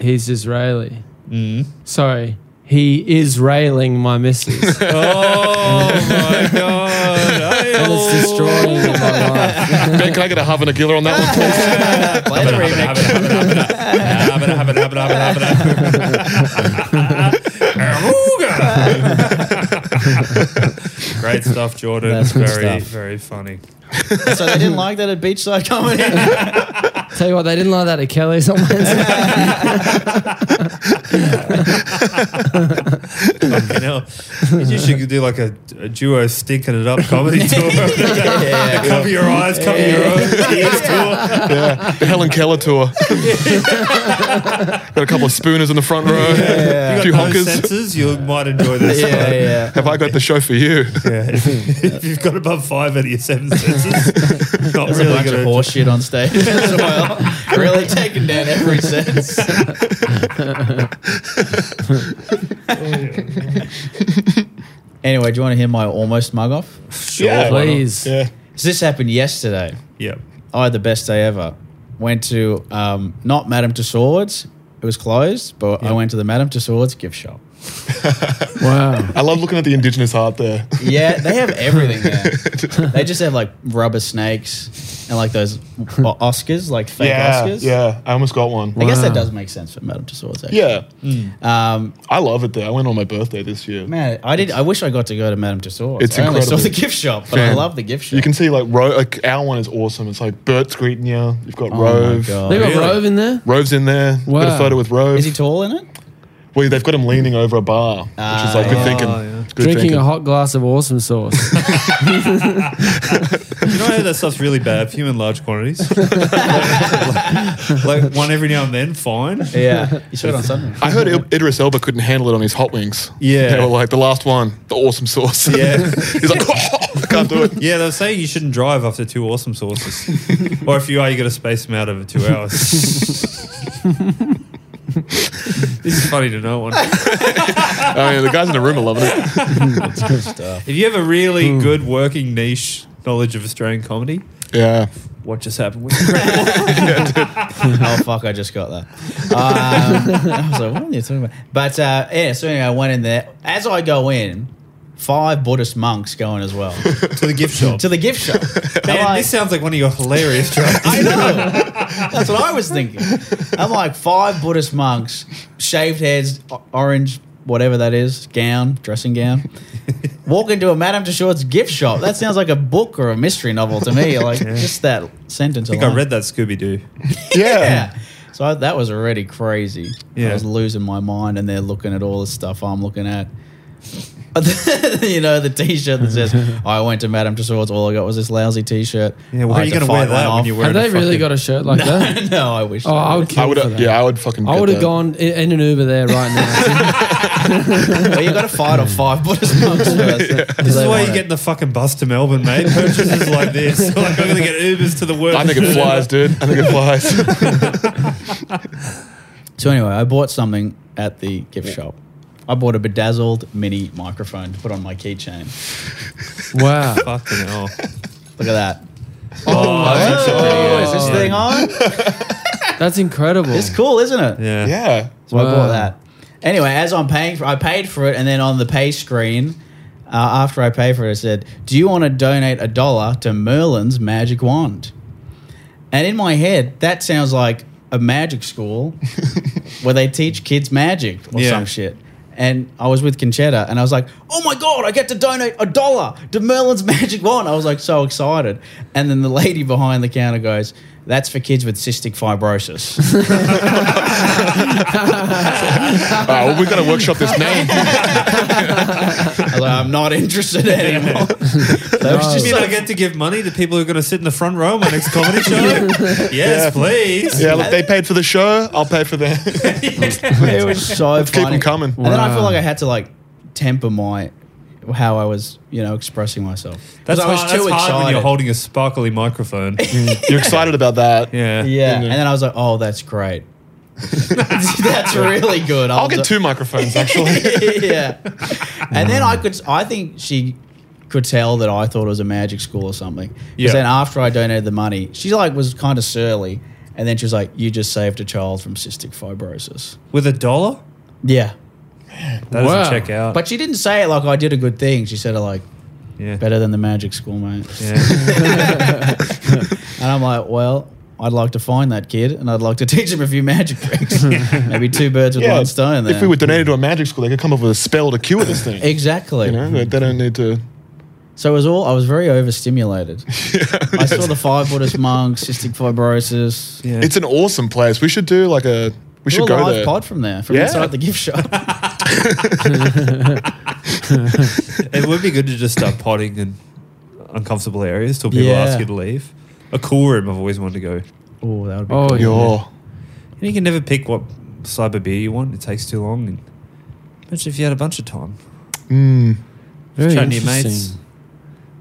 he's Israeli.
Mm.
Sorry, he is railing my missus, and
Oh my
[laughs]
god!
it's destroying my life. [laughs]
Ben, [laughs] can I get a Havana Giller on that one, please?
[laughs] Play the remix.
Great stuff, Jordan.
That's good
very,
stuff.
very funny.
[laughs] So they didn't like that at beachside
[laughs]
comedy.
Tell you what, they didn't like that at Kelly's on Wednesday.
You know, you should do like a, a duo stinking it
[laughs]
up comedy tour. cover your eyes, cover your own ears tour.
yeah, the Helen Keller tour. Got a couple of spooners in the front row.
Yeah.
A
You
few
got no
honkers.
senses, you might enjoy this. one.
yeah, yeah.
Have I got the show for you?
Yeah, [laughs] if, if you've got above five out of your
[laughs]
seven senses, not
There's a
really
bunch of
good.
horse shit on
[laughs]
stage as well. really taking down every
[laughs]
sense. anyway, do you want to hear my almost mug off?
Sure, why not?
Please.
So this happened yesterday.
Yeah.
I had the best day ever. Went to um, not Madame Tussauds. It was closed, but I went to the Madame Tussauds gift shop.
Wow.
I love looking at the indigenous art there.
Yeah, they have everything there.
[laughs]
they just have like rubber snakes and like those o- Oscars, like fake
yeah,
Oscars.
yeah. I almost got one.
I guess that
Wow.
does make sense for Madame Tussauds. Actually.
Yeah,
Um,
I love it there. I went on my birthday this year.
man, I did. I wish I got to go to Madame Tussauds.
It's
I only saw
incredible.
the gift shop, but I
Fam.
love the gift shop.
You can see like Ro- like our one is awesome. It's like Bert's greeting you. You've got
Oh
Rove.
my god!
They got
Really?
Rove in there?
Rove's in there. Got
Wow.
a photo with Rove.
Is he tall in it?
well, they've got him leaning over a bar, which
Ah,
is like good
yeah.
thinking.
Oh, yeah.
It's good
Drinking
thinking.
a hot glass of awesome sauce.
You know how that stuff's really bad for you in large quantities? like, like one every now and then, fine.
[laughs] Yeah, you saw it on
[laughs]
Sunday.
I heard I- Idris Elba couldn't handle it on his hot wings.
Yeah.
They were like, the last one, the awesome sauce.
Yeah.
[laughs] He's like, "Oh, I can't do it.
Yeah, they were saying you shouldn't drive after two awesome sauces. or if you are, you got to space them out over two hours. this is funny to know one.
I mean, Oh, the guys in the room are loving it.
If you have a really good working niche knowledge of Australian comedy,
Yeah.
what just happened [laughs] was incredible.
oh fuck! I just got that. Um, I was like, "What are you talking about?" But uh, yeah, so anyway, I went in there. As I go in, five Buddhist monks going as well
to the gift shop.
to the gift
[laughs]
shop. They're
Man,
like-
this sounds like one of your hilarious jokes.
I know. That's what I was thinking. I'm like five Buddhist monks, shaved heads, o- orange, whatever that is, gown, dressing gown. Walk into a Madame Tussauds gift shop. That sounds like a book or a mystery novel to me. Like just that sentence.
I think I read that Scooby Doo.
Yeah. So I, that was already crazy. I
Yeah.
was losing my mind, and they're looking at all the stuff I'm looking at. [laughs] you know, the T-shirt that
[laughs]
says "I went to Madame Tussauds." All I got was this lousy T-shirt.
Yeah,
I
why are
had
you
to
going to Oh, wear
fight one
that when
off. [laughs]
you're wearing
have they
a
really
fucking-
got a shirt like that?
no, I wish.
Oh, I
[laughs]
would
would.
kill
I would
for
have,
that.
yeah, I would fucking.
I
get
would have
that.
gone in, in an Uber there right now.
well, you got to fight off five [laughs] Buddhist monks first.
This is why you get in the fucking bus to Melbourne, mate. Purchases like this. [laughs] Like, I'm going to get Ubers to the work.
I think it flies, dude. I think it [laughs] flies.
So anyway, I bought something at the gift shop. I bought a bedazzled mini microphone to put on my keychain.
wow.
Fucking hell.
Look at that.
Oh, that's actually pretty
Oh,
good.
is this
Yeah.
thing on?
That's incredible.
It's cool, isn't it?
Yeah.
yeah.
So I bought
Wow.
that. Anyway, as I'm paying for, I paid for it, and then on the pay screen, uh, after I paid for it, it said, "Do you want to donate a dollar to Merlin's magic wand?" And in my head, that sounds like a magic school where they teach kids magic or
Yeah.
some shit. And I was with Conchetta and I was like, oh my God, I get to donate a dollar to Merlin's [laughs] Magic Wand. I was like so excited. And then the lady behind the counter goes, that's for kids with cystic fibrosis.
Uh, well, we've got to workshop this name.
I was like, I'm not
[laughs]
interested [laughs] anymore. That was
You
just
mean I
so
get to give money to people who are going to sit in the front row of my
[laughs]
next comedy show? yes, please.
yeah, look, they paid for the show. I'll pay for their.
it [laughs] was so
keep
funny.
them coming.
And then I feel
Wow.
like I had to like temper my how I was, you know, expressing myself. 'Cause
That's,
I was
hard, that's hard when you're
excited.
holding a
[laughs]
sparkly microphone.
Mm.
You're excited about that.
yeah.
yeah, and then I was like, oh, that's
[laughs]
great. [laughs] that's really good.
[laughs] I'll get two microphones actually.
[laughs]
yeah. And then I could, I think she could tell that I thought it was a magic school or something. 'Cause
Yeah.
then after I donated the money, she like was kind of surly. And then she was like, you just saved a child from cystic fibrosis.
With a dollar?
Yeah.
That
Wow.
doesn't check
Uh,
out.
But she didn't say it like I did a good thing. She said it like,
yeah.
better than the magic school, mate.
[laughs]
yeah.
And I'm like, well, I'd like to find that kid and I'd like to [laughs] teach him a few magic
[laughs]
tricks. Maybe two birds with [laughs] one stone there.
if we were donated to a magic school, they could come up with a spell to cure this thing.
Exactly.
You know, they they don't need to.
So it was all I was very
[laughs]
overstimulated. I saw the five Buddhist monks, cystic fibrosis.
yeah.
It's an awesome place. We should do like a. We
Do a
should go
live
there.
pod from there, from
Yeah.
inside the gift shop.
[laughs]
it would be good to just start potting in uncomfortable areas till people
Yeah.
ask you to leave. A cool room I've always wanted to go.
oh, that would be.
Oh,
cool.
yeah.
Yo.
And you can never pick what type of beer you want. It takes too long. And imagine if you had a bunch of time.
Mm.
Very
Chatting to your
interesting.
mates.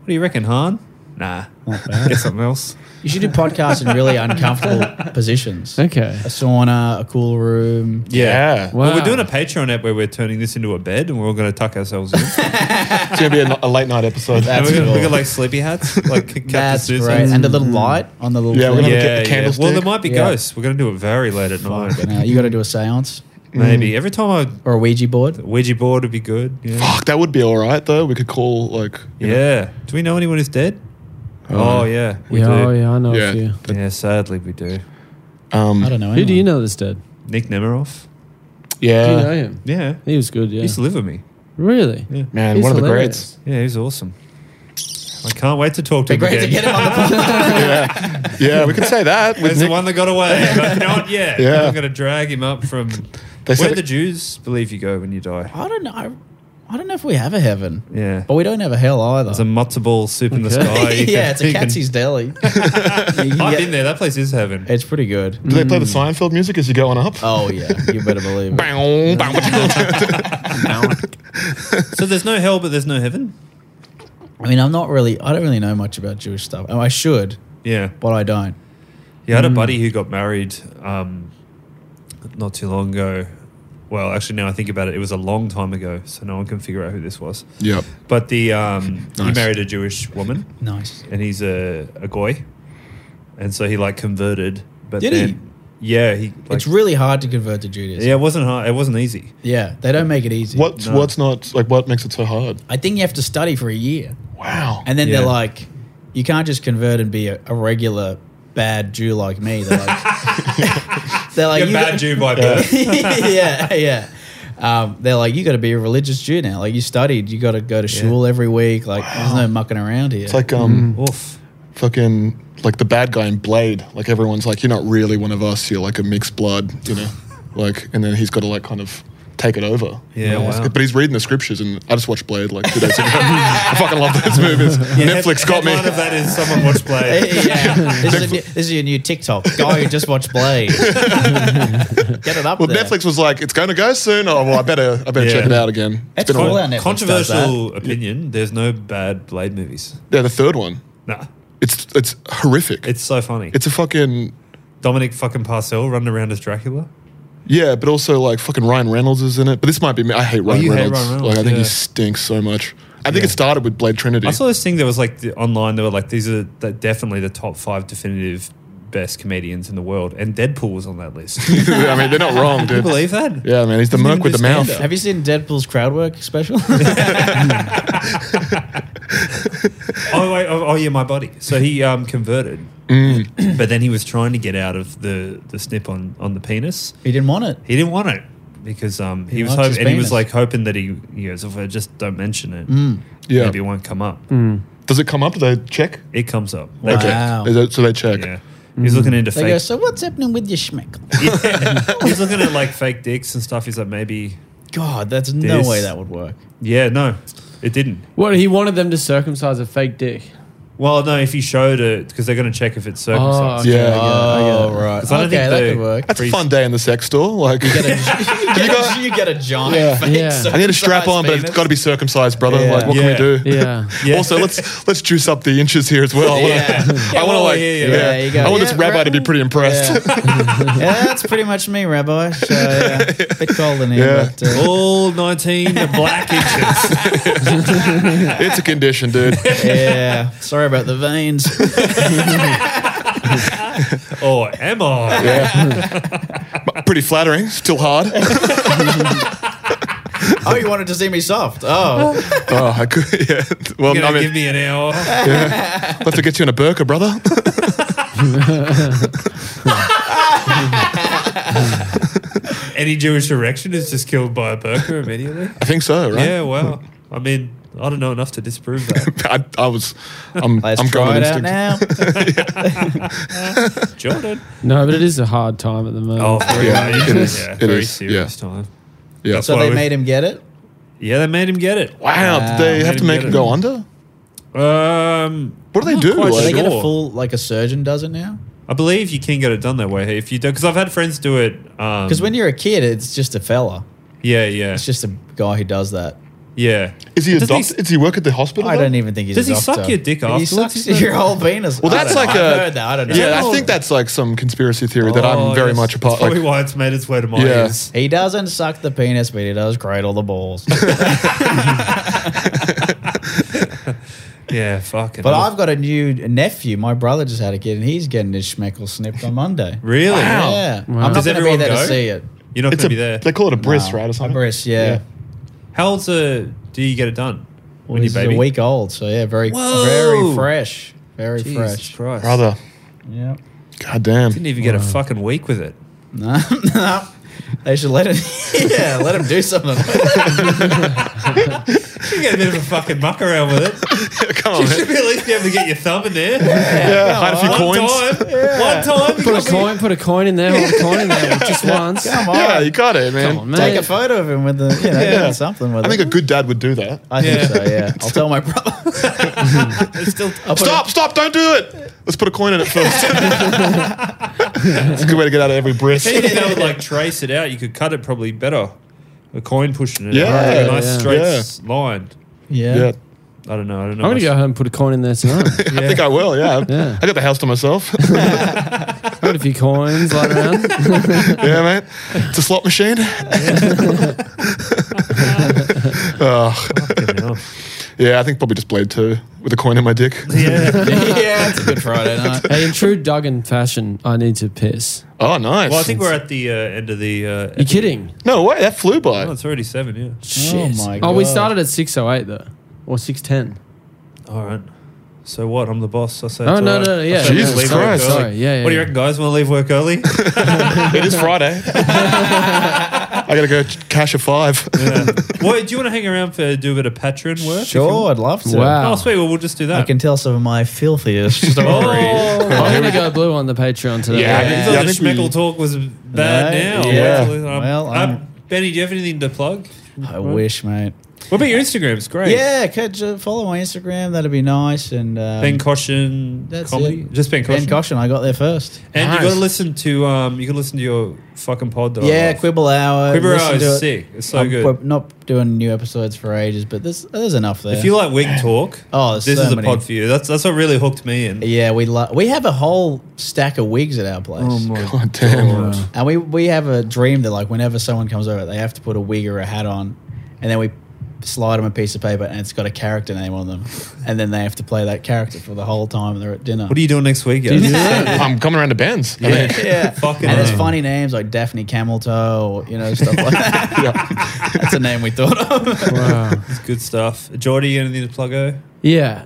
What do you reckon, Han? Nah. [laughs] Get something else.
You should do podcasts in really
[laughs]
uncomfortable positions.
Okay.
A sauna, a cool room.
Yeah.
Wow.
Well, we're doing a Patreon app where we're turning this into a bed and we're all going to tuck ourselves in.
It's gonna be a, a late night episode.
That-
and
That's
we're going
cool.
to like sleepy hats, like Captain
That's
Susan.
great. And the little light on the little.
Mm. Yeah, we're
thing.
gonna have
Yeah,
a ca-
yeah.
candlestick.
Well, there might be
Yeah.
ghosts. We're going to do it very late at night.
Now, you got to do a seance
Maybe every time I
or a Ouija board.
Ouija board would be good. Yeah.
Fuck, that would be all right though. We could call like. you
yeah. Do we know anyone who's dead? Oh, yeah, we
yeah,
do.
oh, yeah, I know a
Yeah.
few.
yeah, sadly we do.
Um,
I don't know.
Who do
anyone.
you know Uh, that's dead?
Nick Nemiroff.
Yeah.
do you know him?
Yeah.
He was good,
He
yeah.
used to live with me.
Really?
Yeah.
Man,
He's
one of the greats.
hilarious.
Yeah, he's awesome. I can't wait to talk to
Be
him
great
again.
to get him on the podcast.
yeah. Yeah, we can say that. With
He's the
Nick.
one that got away, but not yet.
Yeah.
I'm going to drag him up from. where
They said
the
it-
Jews believe you go when you die.
[laughs] I don't know. I, I don't know if we have a heaven,
Yeah.
but we don't have a hell either.
There's a matzo ball soup in the
Okay.
[laughs]
sky. You
Oh. yeah,
can-
it's a
[laughs] you can-
Catsy's deli. You can
I've
get-
been there. That place is heaven.
It's pretty good.
Do they play the Seinfeld music as you go on up?
Oh yeah, you better believe it.
Bow, bow, bow.
So there's no hell, but there's no heaven.
I mean, I'm not really. I don't really know much about Jewish stuff. Oh, I should,
Yeah.
but I don't.
Yeah, I had a buddy who got married um, not too long ago. Well, actually, now I think about it, it was a long time ago, so no one can figure out who this was.
Yep.
But the um, he
Nice.
married a Jewish woman,
Nice.
and he's a a goy, and so he like converted. But
Did he?
then, Yeah, he. Like,
it's really hard to convert to Judaism.
Yeah, it wasn't hard. It wasn't easy.
Yeah, they don't make it easy.
What's
No.
what's not like? What makes it so hard?
I think you have to study for a year,
Wow.
and then
Yeah.
they're like, you can't just convert and be a, a regular bad Jew like me. They're like, they're like [laughs]
You're
you
a bad
got-
Jew by
[laughs]
birth.
yeah, yeah. Um, they're like, you got to be a religious Jew now. Like you studied, you got to go to shul every week. Like there's no mucking around here.
It's like um
Oof.
fucking like the bad guy in Blade. Like everyone's like, you're not really one of us. You're like a mixed blood,
[laughs]
you know. like, and then he's got to like kind of take it over.
Yeah,
You know, it's-
wow.
But he's reading the scriptures, and I just watched Blade like two days ago. [laughs] I fucking love those movies. Netflix got me.
One of that is
[laughs]
someone watched
[laughs] yeah,
play.
this, is a
[laughs]
new, this is your new TikTok guy who just watched Blade. Get it up
Well,
there.
Netflix was like, it's going to go soon. Oh well, I better I better
Yeah.
check it out again. It's
That's
been a
cool.
while.
Netflix does
Controversial [laughs] opinion. There's no bad Blade movies.
Yeah, the third one.
Nah,
It's it's horrific. It's,
it's so funny.
a fucking
Dominic fucking Parcell running around as Dracula.
yeah, but also like fucking Ryan Reynolds is in it. But this might be me. I hate Ryan,
Oh, you hate
Reynolds.
Ryan Reynolds,
Like I think
yeah.
he stinks so much. I think
Yeah.
it started with Blade Trinity.
I saw this thing that was like the, online. They were like, these are the, definitely the top five definitive best comedians in the world, and Deadpool was on that [laughs] list. Can
[laughs] I mean, they're not wrong,
you
dude.
believe that?
Yeah, man, he's the
Doesn't
merc with the
even do
mouth.
stand-up.
Have you seen Deadpool's crowd work special? [laughs]
Oh, wait, oh, oh, yeah, my body. So he um, converted, but then he was trying to get out of the the snip on on the penis.
he didn't want it.
He didn't want it. because um, he,
He
was
likes
hoping,
his
and he was
penis. Mm.
like hoping that he, he goes, if I just don't mention it,
Yeah.
maybe it won't come up.
Does it come up? Do they check?
It comes up.
They
Wow.
check. Is that- so they check.
Yeah. He's looking into
They
fake.
go, so what's happening with your schmeck?
[laughs] Yeah. He's looking at like fake dicks and stuff. He's like, maybe.
God, that's no
This-
way that would work.
Yeah, no, it didn't.
What he wanted them to circumcise a fake dick.
Well, no, if he showed it, because they're going to check if it's circumcised.
Yeah.
I get it, I get
Oh,
it.
right.
'Cause I don't
okay,
think
that
they-
could work.
That's a
Freeze.
fun day in the sex store. Like,
[laughs]
[laughs]
you, get a, you get a giant
Yeah.
fake
Yeah.
I need a strap on, but it's
penis.
got to be circumcised, brother.
Yeah.
Like, what
Yeah.
can we do?
Yeah.
Yeah.
[laughs] Also, let's let's juice up the inches here as well. [laughs] I wanna-
Yeah.
Yeah,
I want to
well,
like,
yeah,
yeah,
yeah,
yeah. Yeah, you go,
I want
yeah,
this rabbi
right.
to be pretty impressed. Yeah,
yeah, that's pretty much me, Rabbi. So, yeah,
[laughs]
a bit cold in here.
Yeah.
But, uh,
All 19 black inches.
[laughs] it's a condition,
[laughs]
dude.
yeah. Sorry about the veins.
[laughs]
Or Oh, am I?
pretty flattering, still hard.
[laughs]
oh, you wanted to see me soft? Oh.
oh, I could. [laughs] Yeah. Well,
You're
I
going to
mean,
give me an hour.
let's get you in a burqa, brother. [laughs]
Any Jewish erection is just killed by a [laughs] burqa immediately.
I think so, right?
Yeah, wow. I mean, I don't know enough to disprove
[laughs]
that.
I, I was. I'm.
Let's
I'm
try
going
it
with
out
instinct.
[laughs] now.
Jordan.
No, but it is a hard time at the moment.
Oh, for real,
Yeah,
yeah,
it is.
Yeah,
It
very
is,
serious time.
Yeah.
That's
So
why
they
we-
made him get it?
Yeah, they made him get it.
Wow, did they
Wow.
have to make it go under?
Um,
What do they
I'm not
do?
quite
Do they
Like,
get a
Sure.
full, like a surgeon does it now?
I believe you can get it done that way if you do. Because I've had friends do it.
Because
Because
when you're a kid, it's just a fella.
yeah, yeah,
It's just a guy who does that.
yeah.
is he a
Does he-
doctor? Does he work at the hospital?
I
though?
don't even think he's
Does
a
he suck
doctor.
your dick
He
afterwards?
sucks [laughs] your whole penis.
Well,
I
that's
don't
like
know.
a.
I've heard that. I don't know.
Yeah, I
Oh.
think that's like some conspiracy theory that
Oh,
I'm very
yes.
much a part.
That's probably
Like,
why it's made its way to my
Yeah. [laughs]
ears. [laughs]
He doesn't suck the penis, but he does cradle the balls. but
Yeah, fucking.
I've got a new nephew. My brother just had a kid, and he's getting his schmeckle snipped on Monday.
really.
Yeah,
Wow.
I'm not
Does
going to be
everyone
there
go?
to see it.
You're not
it's a.
gonna be there.
They call it a bris, right, or
A
something?
breast, yeah.
Yeah.
How old's a? Do you get it done when
He's
you baby?
a week old, so yeah, very,
Whoa.
very fresh, very
Jesus
fresh.
Christ.
Brother,
Yeah,
god damn.
Didn't even get a fucking week with it.
[laughs] no, no. They should let him. [laughs] Yeah, let him do something.
You get a bit of a fucking muck around with
Oh,
it.
Come on,
You
man.
should be at least be able to get your thumb in there.
yeah, hide a few
One
coins.
time. One time. you
Put
got
a coin, put a coin in there, hold a coin in there
[laughs]
just once.
Come on,
Yeah, you got it,
Come on,
man.
man.
take a photo of him with the, you know, doing something with
I think a
it.
good dad would do that.
I think
Yeah.
so. Yeah, I'll tell my brother.
me- It's still
I'll put
Stop, stop, don't do it. Let's put a coin in it first. It's a good way to get out of every bris.
If they
[laughs]
would like trace it out, you could cut it probably better. A coin pushing it,
Yeah,
like a nice
yeah.
straight
Yeah.
s- line.
a- Yeah.
Yeah.
I don't know. I don't know.
I'm gonna
much-
go home and put a coin in there tonight.
I think I will, yeah.
Yeah.
I got the house to myself. [laughs]
I got a few coins lying around.
yeah, mate. It's a slot machine. [laughs] oh,
Fucking hell.
[laughs]
yeah, I think probably just Blade 2 with a coin in my dick.
yeah.
[laughs] yeah, it's a good Friday night.
Hey, in true Duggan fashion, I need to piss.
Oh, nice.
[laughs] Well, I think we're at the uh, end of the. Uh,
You kidding?
No way, that flew by.
oh, it's already seven. Yeah.
Shit.
my
Oh, we
God.
started at six oh eight though. Or six ten.
All right. So what? I'm the boss. I say.
Oh
it's
no,
all right.
no, no,
I
yeah.
say
Jesus
leave work
Christ.
early.
Sorry, yeah, yeah,
What do you
yeah.
reckon, guys? Want to leave work early?
It is
[laughs]
Friday. I got to go ch- cash a five.
yeah. [laughs] What, do you want to hang around for do a bit of Patreon work? if you
Sure,
want?
I'd love to.
Wow.
Oh, sweet. Well, we'll just do that.
I can tell some of my filthiest
[laughs]
stories.
Oh.
I'm gonna go blue on the Patreon today.
Yeah, I
I
mean-
thought
Yeah, I
the
think we-
Schmeckle talk was bad
No,
now.
yeah.
Wait till- um,
Well,
um,
I'm-
Benny, do you have anything to plug?
I wish, mate.
What about your Instagram? It's great.
Yeah, could you follow my Instagram. That'd be nice. And um,
Ben Caution
that's
comedy.
it.
Just Ben Caution.
Ben Caution, I got there first.
And
Nice.
you got to listen to um, you can listen to your fucking pod. That I
yeah,
love.
Quibble Hour.
Quibber
listen
Hour
to
is
it.
sick. It's so
I'm
good.
prob- not doing new episodes for ages, but there's there's enough there.
If you like wig talk,
Oh,
this
there's so
is a
many.
pod for you. That's that's what really hooked me in.
yeah, we lo- we have a whole stack of wigs at our place.
[laughs]
Oh
God damn.
And we, we have a dream that like whenever someone comes over, they have to put a wig or a hat on, and then we slide them a piece of paper and it's got a character name on them, and then they have to play that character for the whole time they're at dinner.
What are you doing next week, guys?
I'm coming around to Ben's. I
[laughs]
think.
yeah,
Fucking
and there's
hell.
funny names like Daphne Cameltoe, or you know stuff like that.
[laughs]
That's a name we thought of.
Wow.
eh? It's good stuff. Jordy, you got anything to plug? Oh,
Yeah.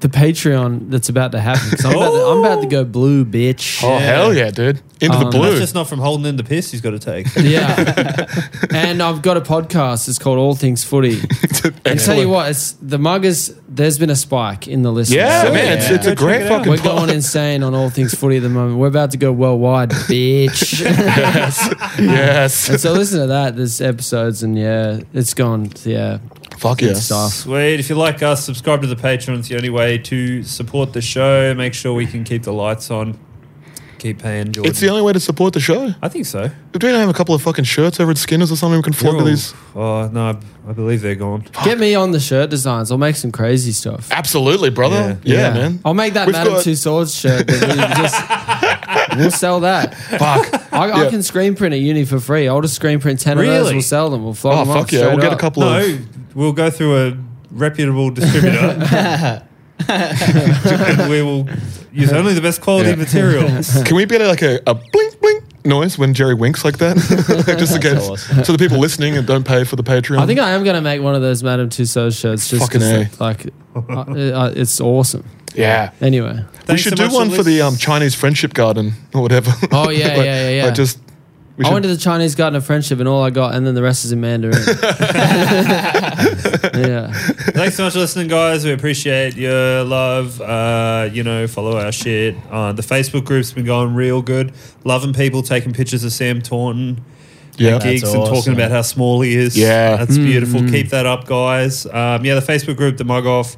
the Patreon that's about to happen. 'cause I'm, about to, I'm about to go blue, bitch.
Oh hell yeah, dude! Into the
Um,
blue.
That's just not from holding in the piss he's got to
[laughs]
take.
Yeah. and I've got a podcast. It's called All Things
[laughs]
Footy. and tell you
Excellent.
what, it's the muggers. There's been a spike in the listeners.
Yeah,
Sweet.
man, it's,
Yeah.
it's a
Go
great
check it out.
fucking.
We're
pod.
going
[laughs]
insane on all things footy at the moment. We're about to go worldwide,
[laughs]
bitch. [laughs]
yes.
and so listen to that. There's episodes, and yeah, it's gone. Yeah,
Fuck
good
yes.
stuff.
Sweet. If you like us, subscribe to the Patreon. It's the only way to support the show. Make sure we can keep the lights on. Keep paying Jordan.
It's the only way to support the show.
I think so.
Do we have a couple of fucking shirts over at Skinner's or something we can flog to
They're all-
these?
Oh no, I, I believe they're gone.
Get me on the shirt designs. I'll make some crazy stuff.
Absolutely, brother. Yeah, man.
I'll make that
We've
Madam
got-
Two Swords shirt. That
[laughs]
we just, we'll sell that.
Fuck. Oh,
I, I
Yeah.
can screen print at uni for free. I'll just screen print 10 of those.
Really?
We'll sell them. We'll flog
oh
them
fuck yeah! We'll get a couple
No,
of.
we'll go through a reputable distributor.
[laughs]
[laughs] and we will use only the best quality
Yeah.
materials.
Can [laughs] we be like a, a blink blink noise when Jerry winks like that? [laughs] just against
awesome.
so the people listening and don't pay for the Patreon.
I think I am going to make one of those Madame Tussauds shirts just
Fucking
'cause,
A.
like uh, uh, it's awesome.
yeah.
Anyway,
We
Thanks
should
so
do
much
one for the
lis-
um, Chinese Friendship Garden or whatever. [laughs]
Oh, yeah, yeah, yeah, yeah.
Like just. We
I
should-
went to the Chinese Garden of Friendship and all I got, and then the rest is
[laughs]
in Mandarin. [laughs] yeah.
Thanks so much for listening, guys. We appreciate your love. Uh, you know, follow our shit. Uh, the Facebook group's been going real good. Loving people taking pictures of Sam Taunton.
yeah.
That's
gigs and
awesome.
talking about how small he is.
Yeah.
That's beautiful. Keep that up, guys. Um, yeah, the Facebook group, The Mug Off,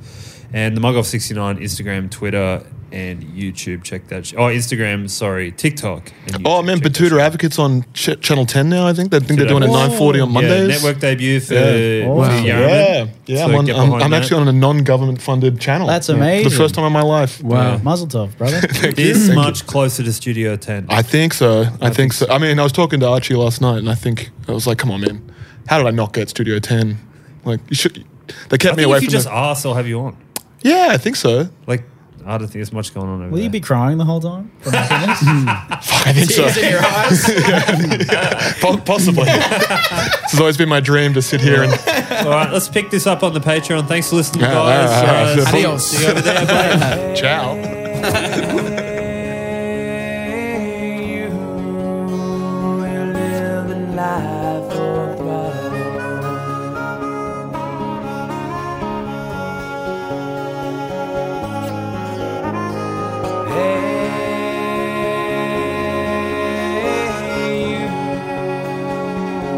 and The Mug Off 69, Instagram, Twitter, and YouTube. Check that. Sh- oh, Instagram, sorry, TikTok. and
Oh
YouTube.
man,
Check that
Batuta Advocates on ch- Channel Ten now. I think they think they're doing a
Today.
nine forty on
Yeah,
Mondays.
network debut for,
Yeah.
for
Wow.
Yarraman.
Yeah, yeah.
So
I'm, on,
get
I'm,
behind
I'm
that.
actually on a non-government funded channel.
That's
Yeah.
amazing.
The first time in my life.
Wow.
Muzzle tov, brother.
this much closer to Studio 10.
I think so. I, think so. I mean, I was talking to Archie last night, and I think I was like, "Come on, man, how did I not get Studio Ten? Like, you should." They kept
I
me
think
away
if you
from.
just
the-
ask, I'll have you on.
yeah, I think so.
Like, I don't think there's much going on over
Will you
there.
be crying the whole
[laughs]
time? From this?
Fuck, I think [laughs] so.
your eyes.
[laughs]
Po- possibly. this has always been my dream to sit here and
All right, let's pick this up on the Patreon. Thanks for listening,
Yeah,
guys.
all right, all right.
Uh, see-
Adios.
See you over there.
[laughs]
Bye. [laughs]
ciao.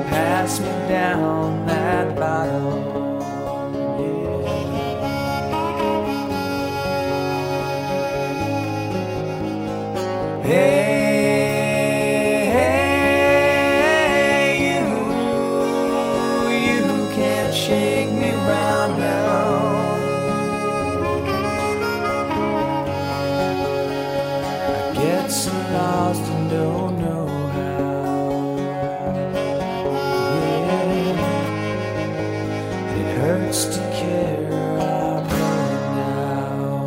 Pass me down that bottle. Yeah. Hey, you, you can't shake me round now. I get so lost and don't know how. Yeah. And It hurts to care. I'm going down.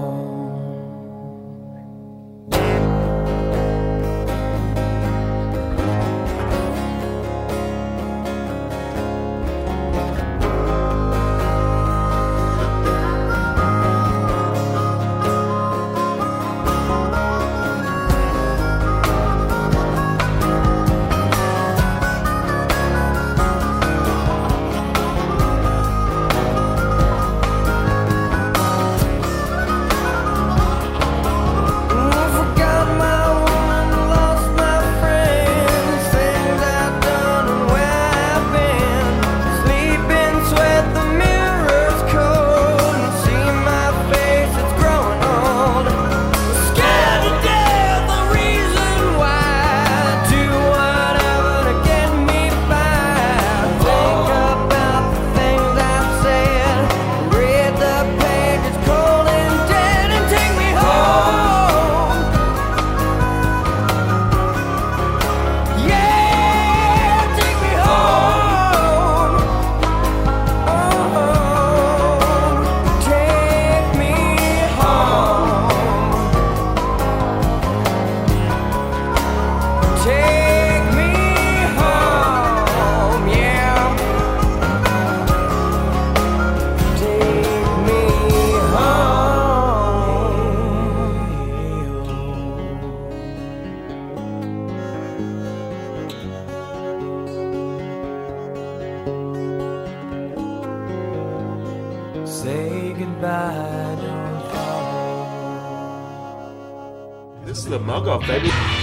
Cold and dead, and take me home. Yeah, take me home. Oh, take me home. Take me home. Yeah, take me home.
I don't follow.
This is the mug off, baby.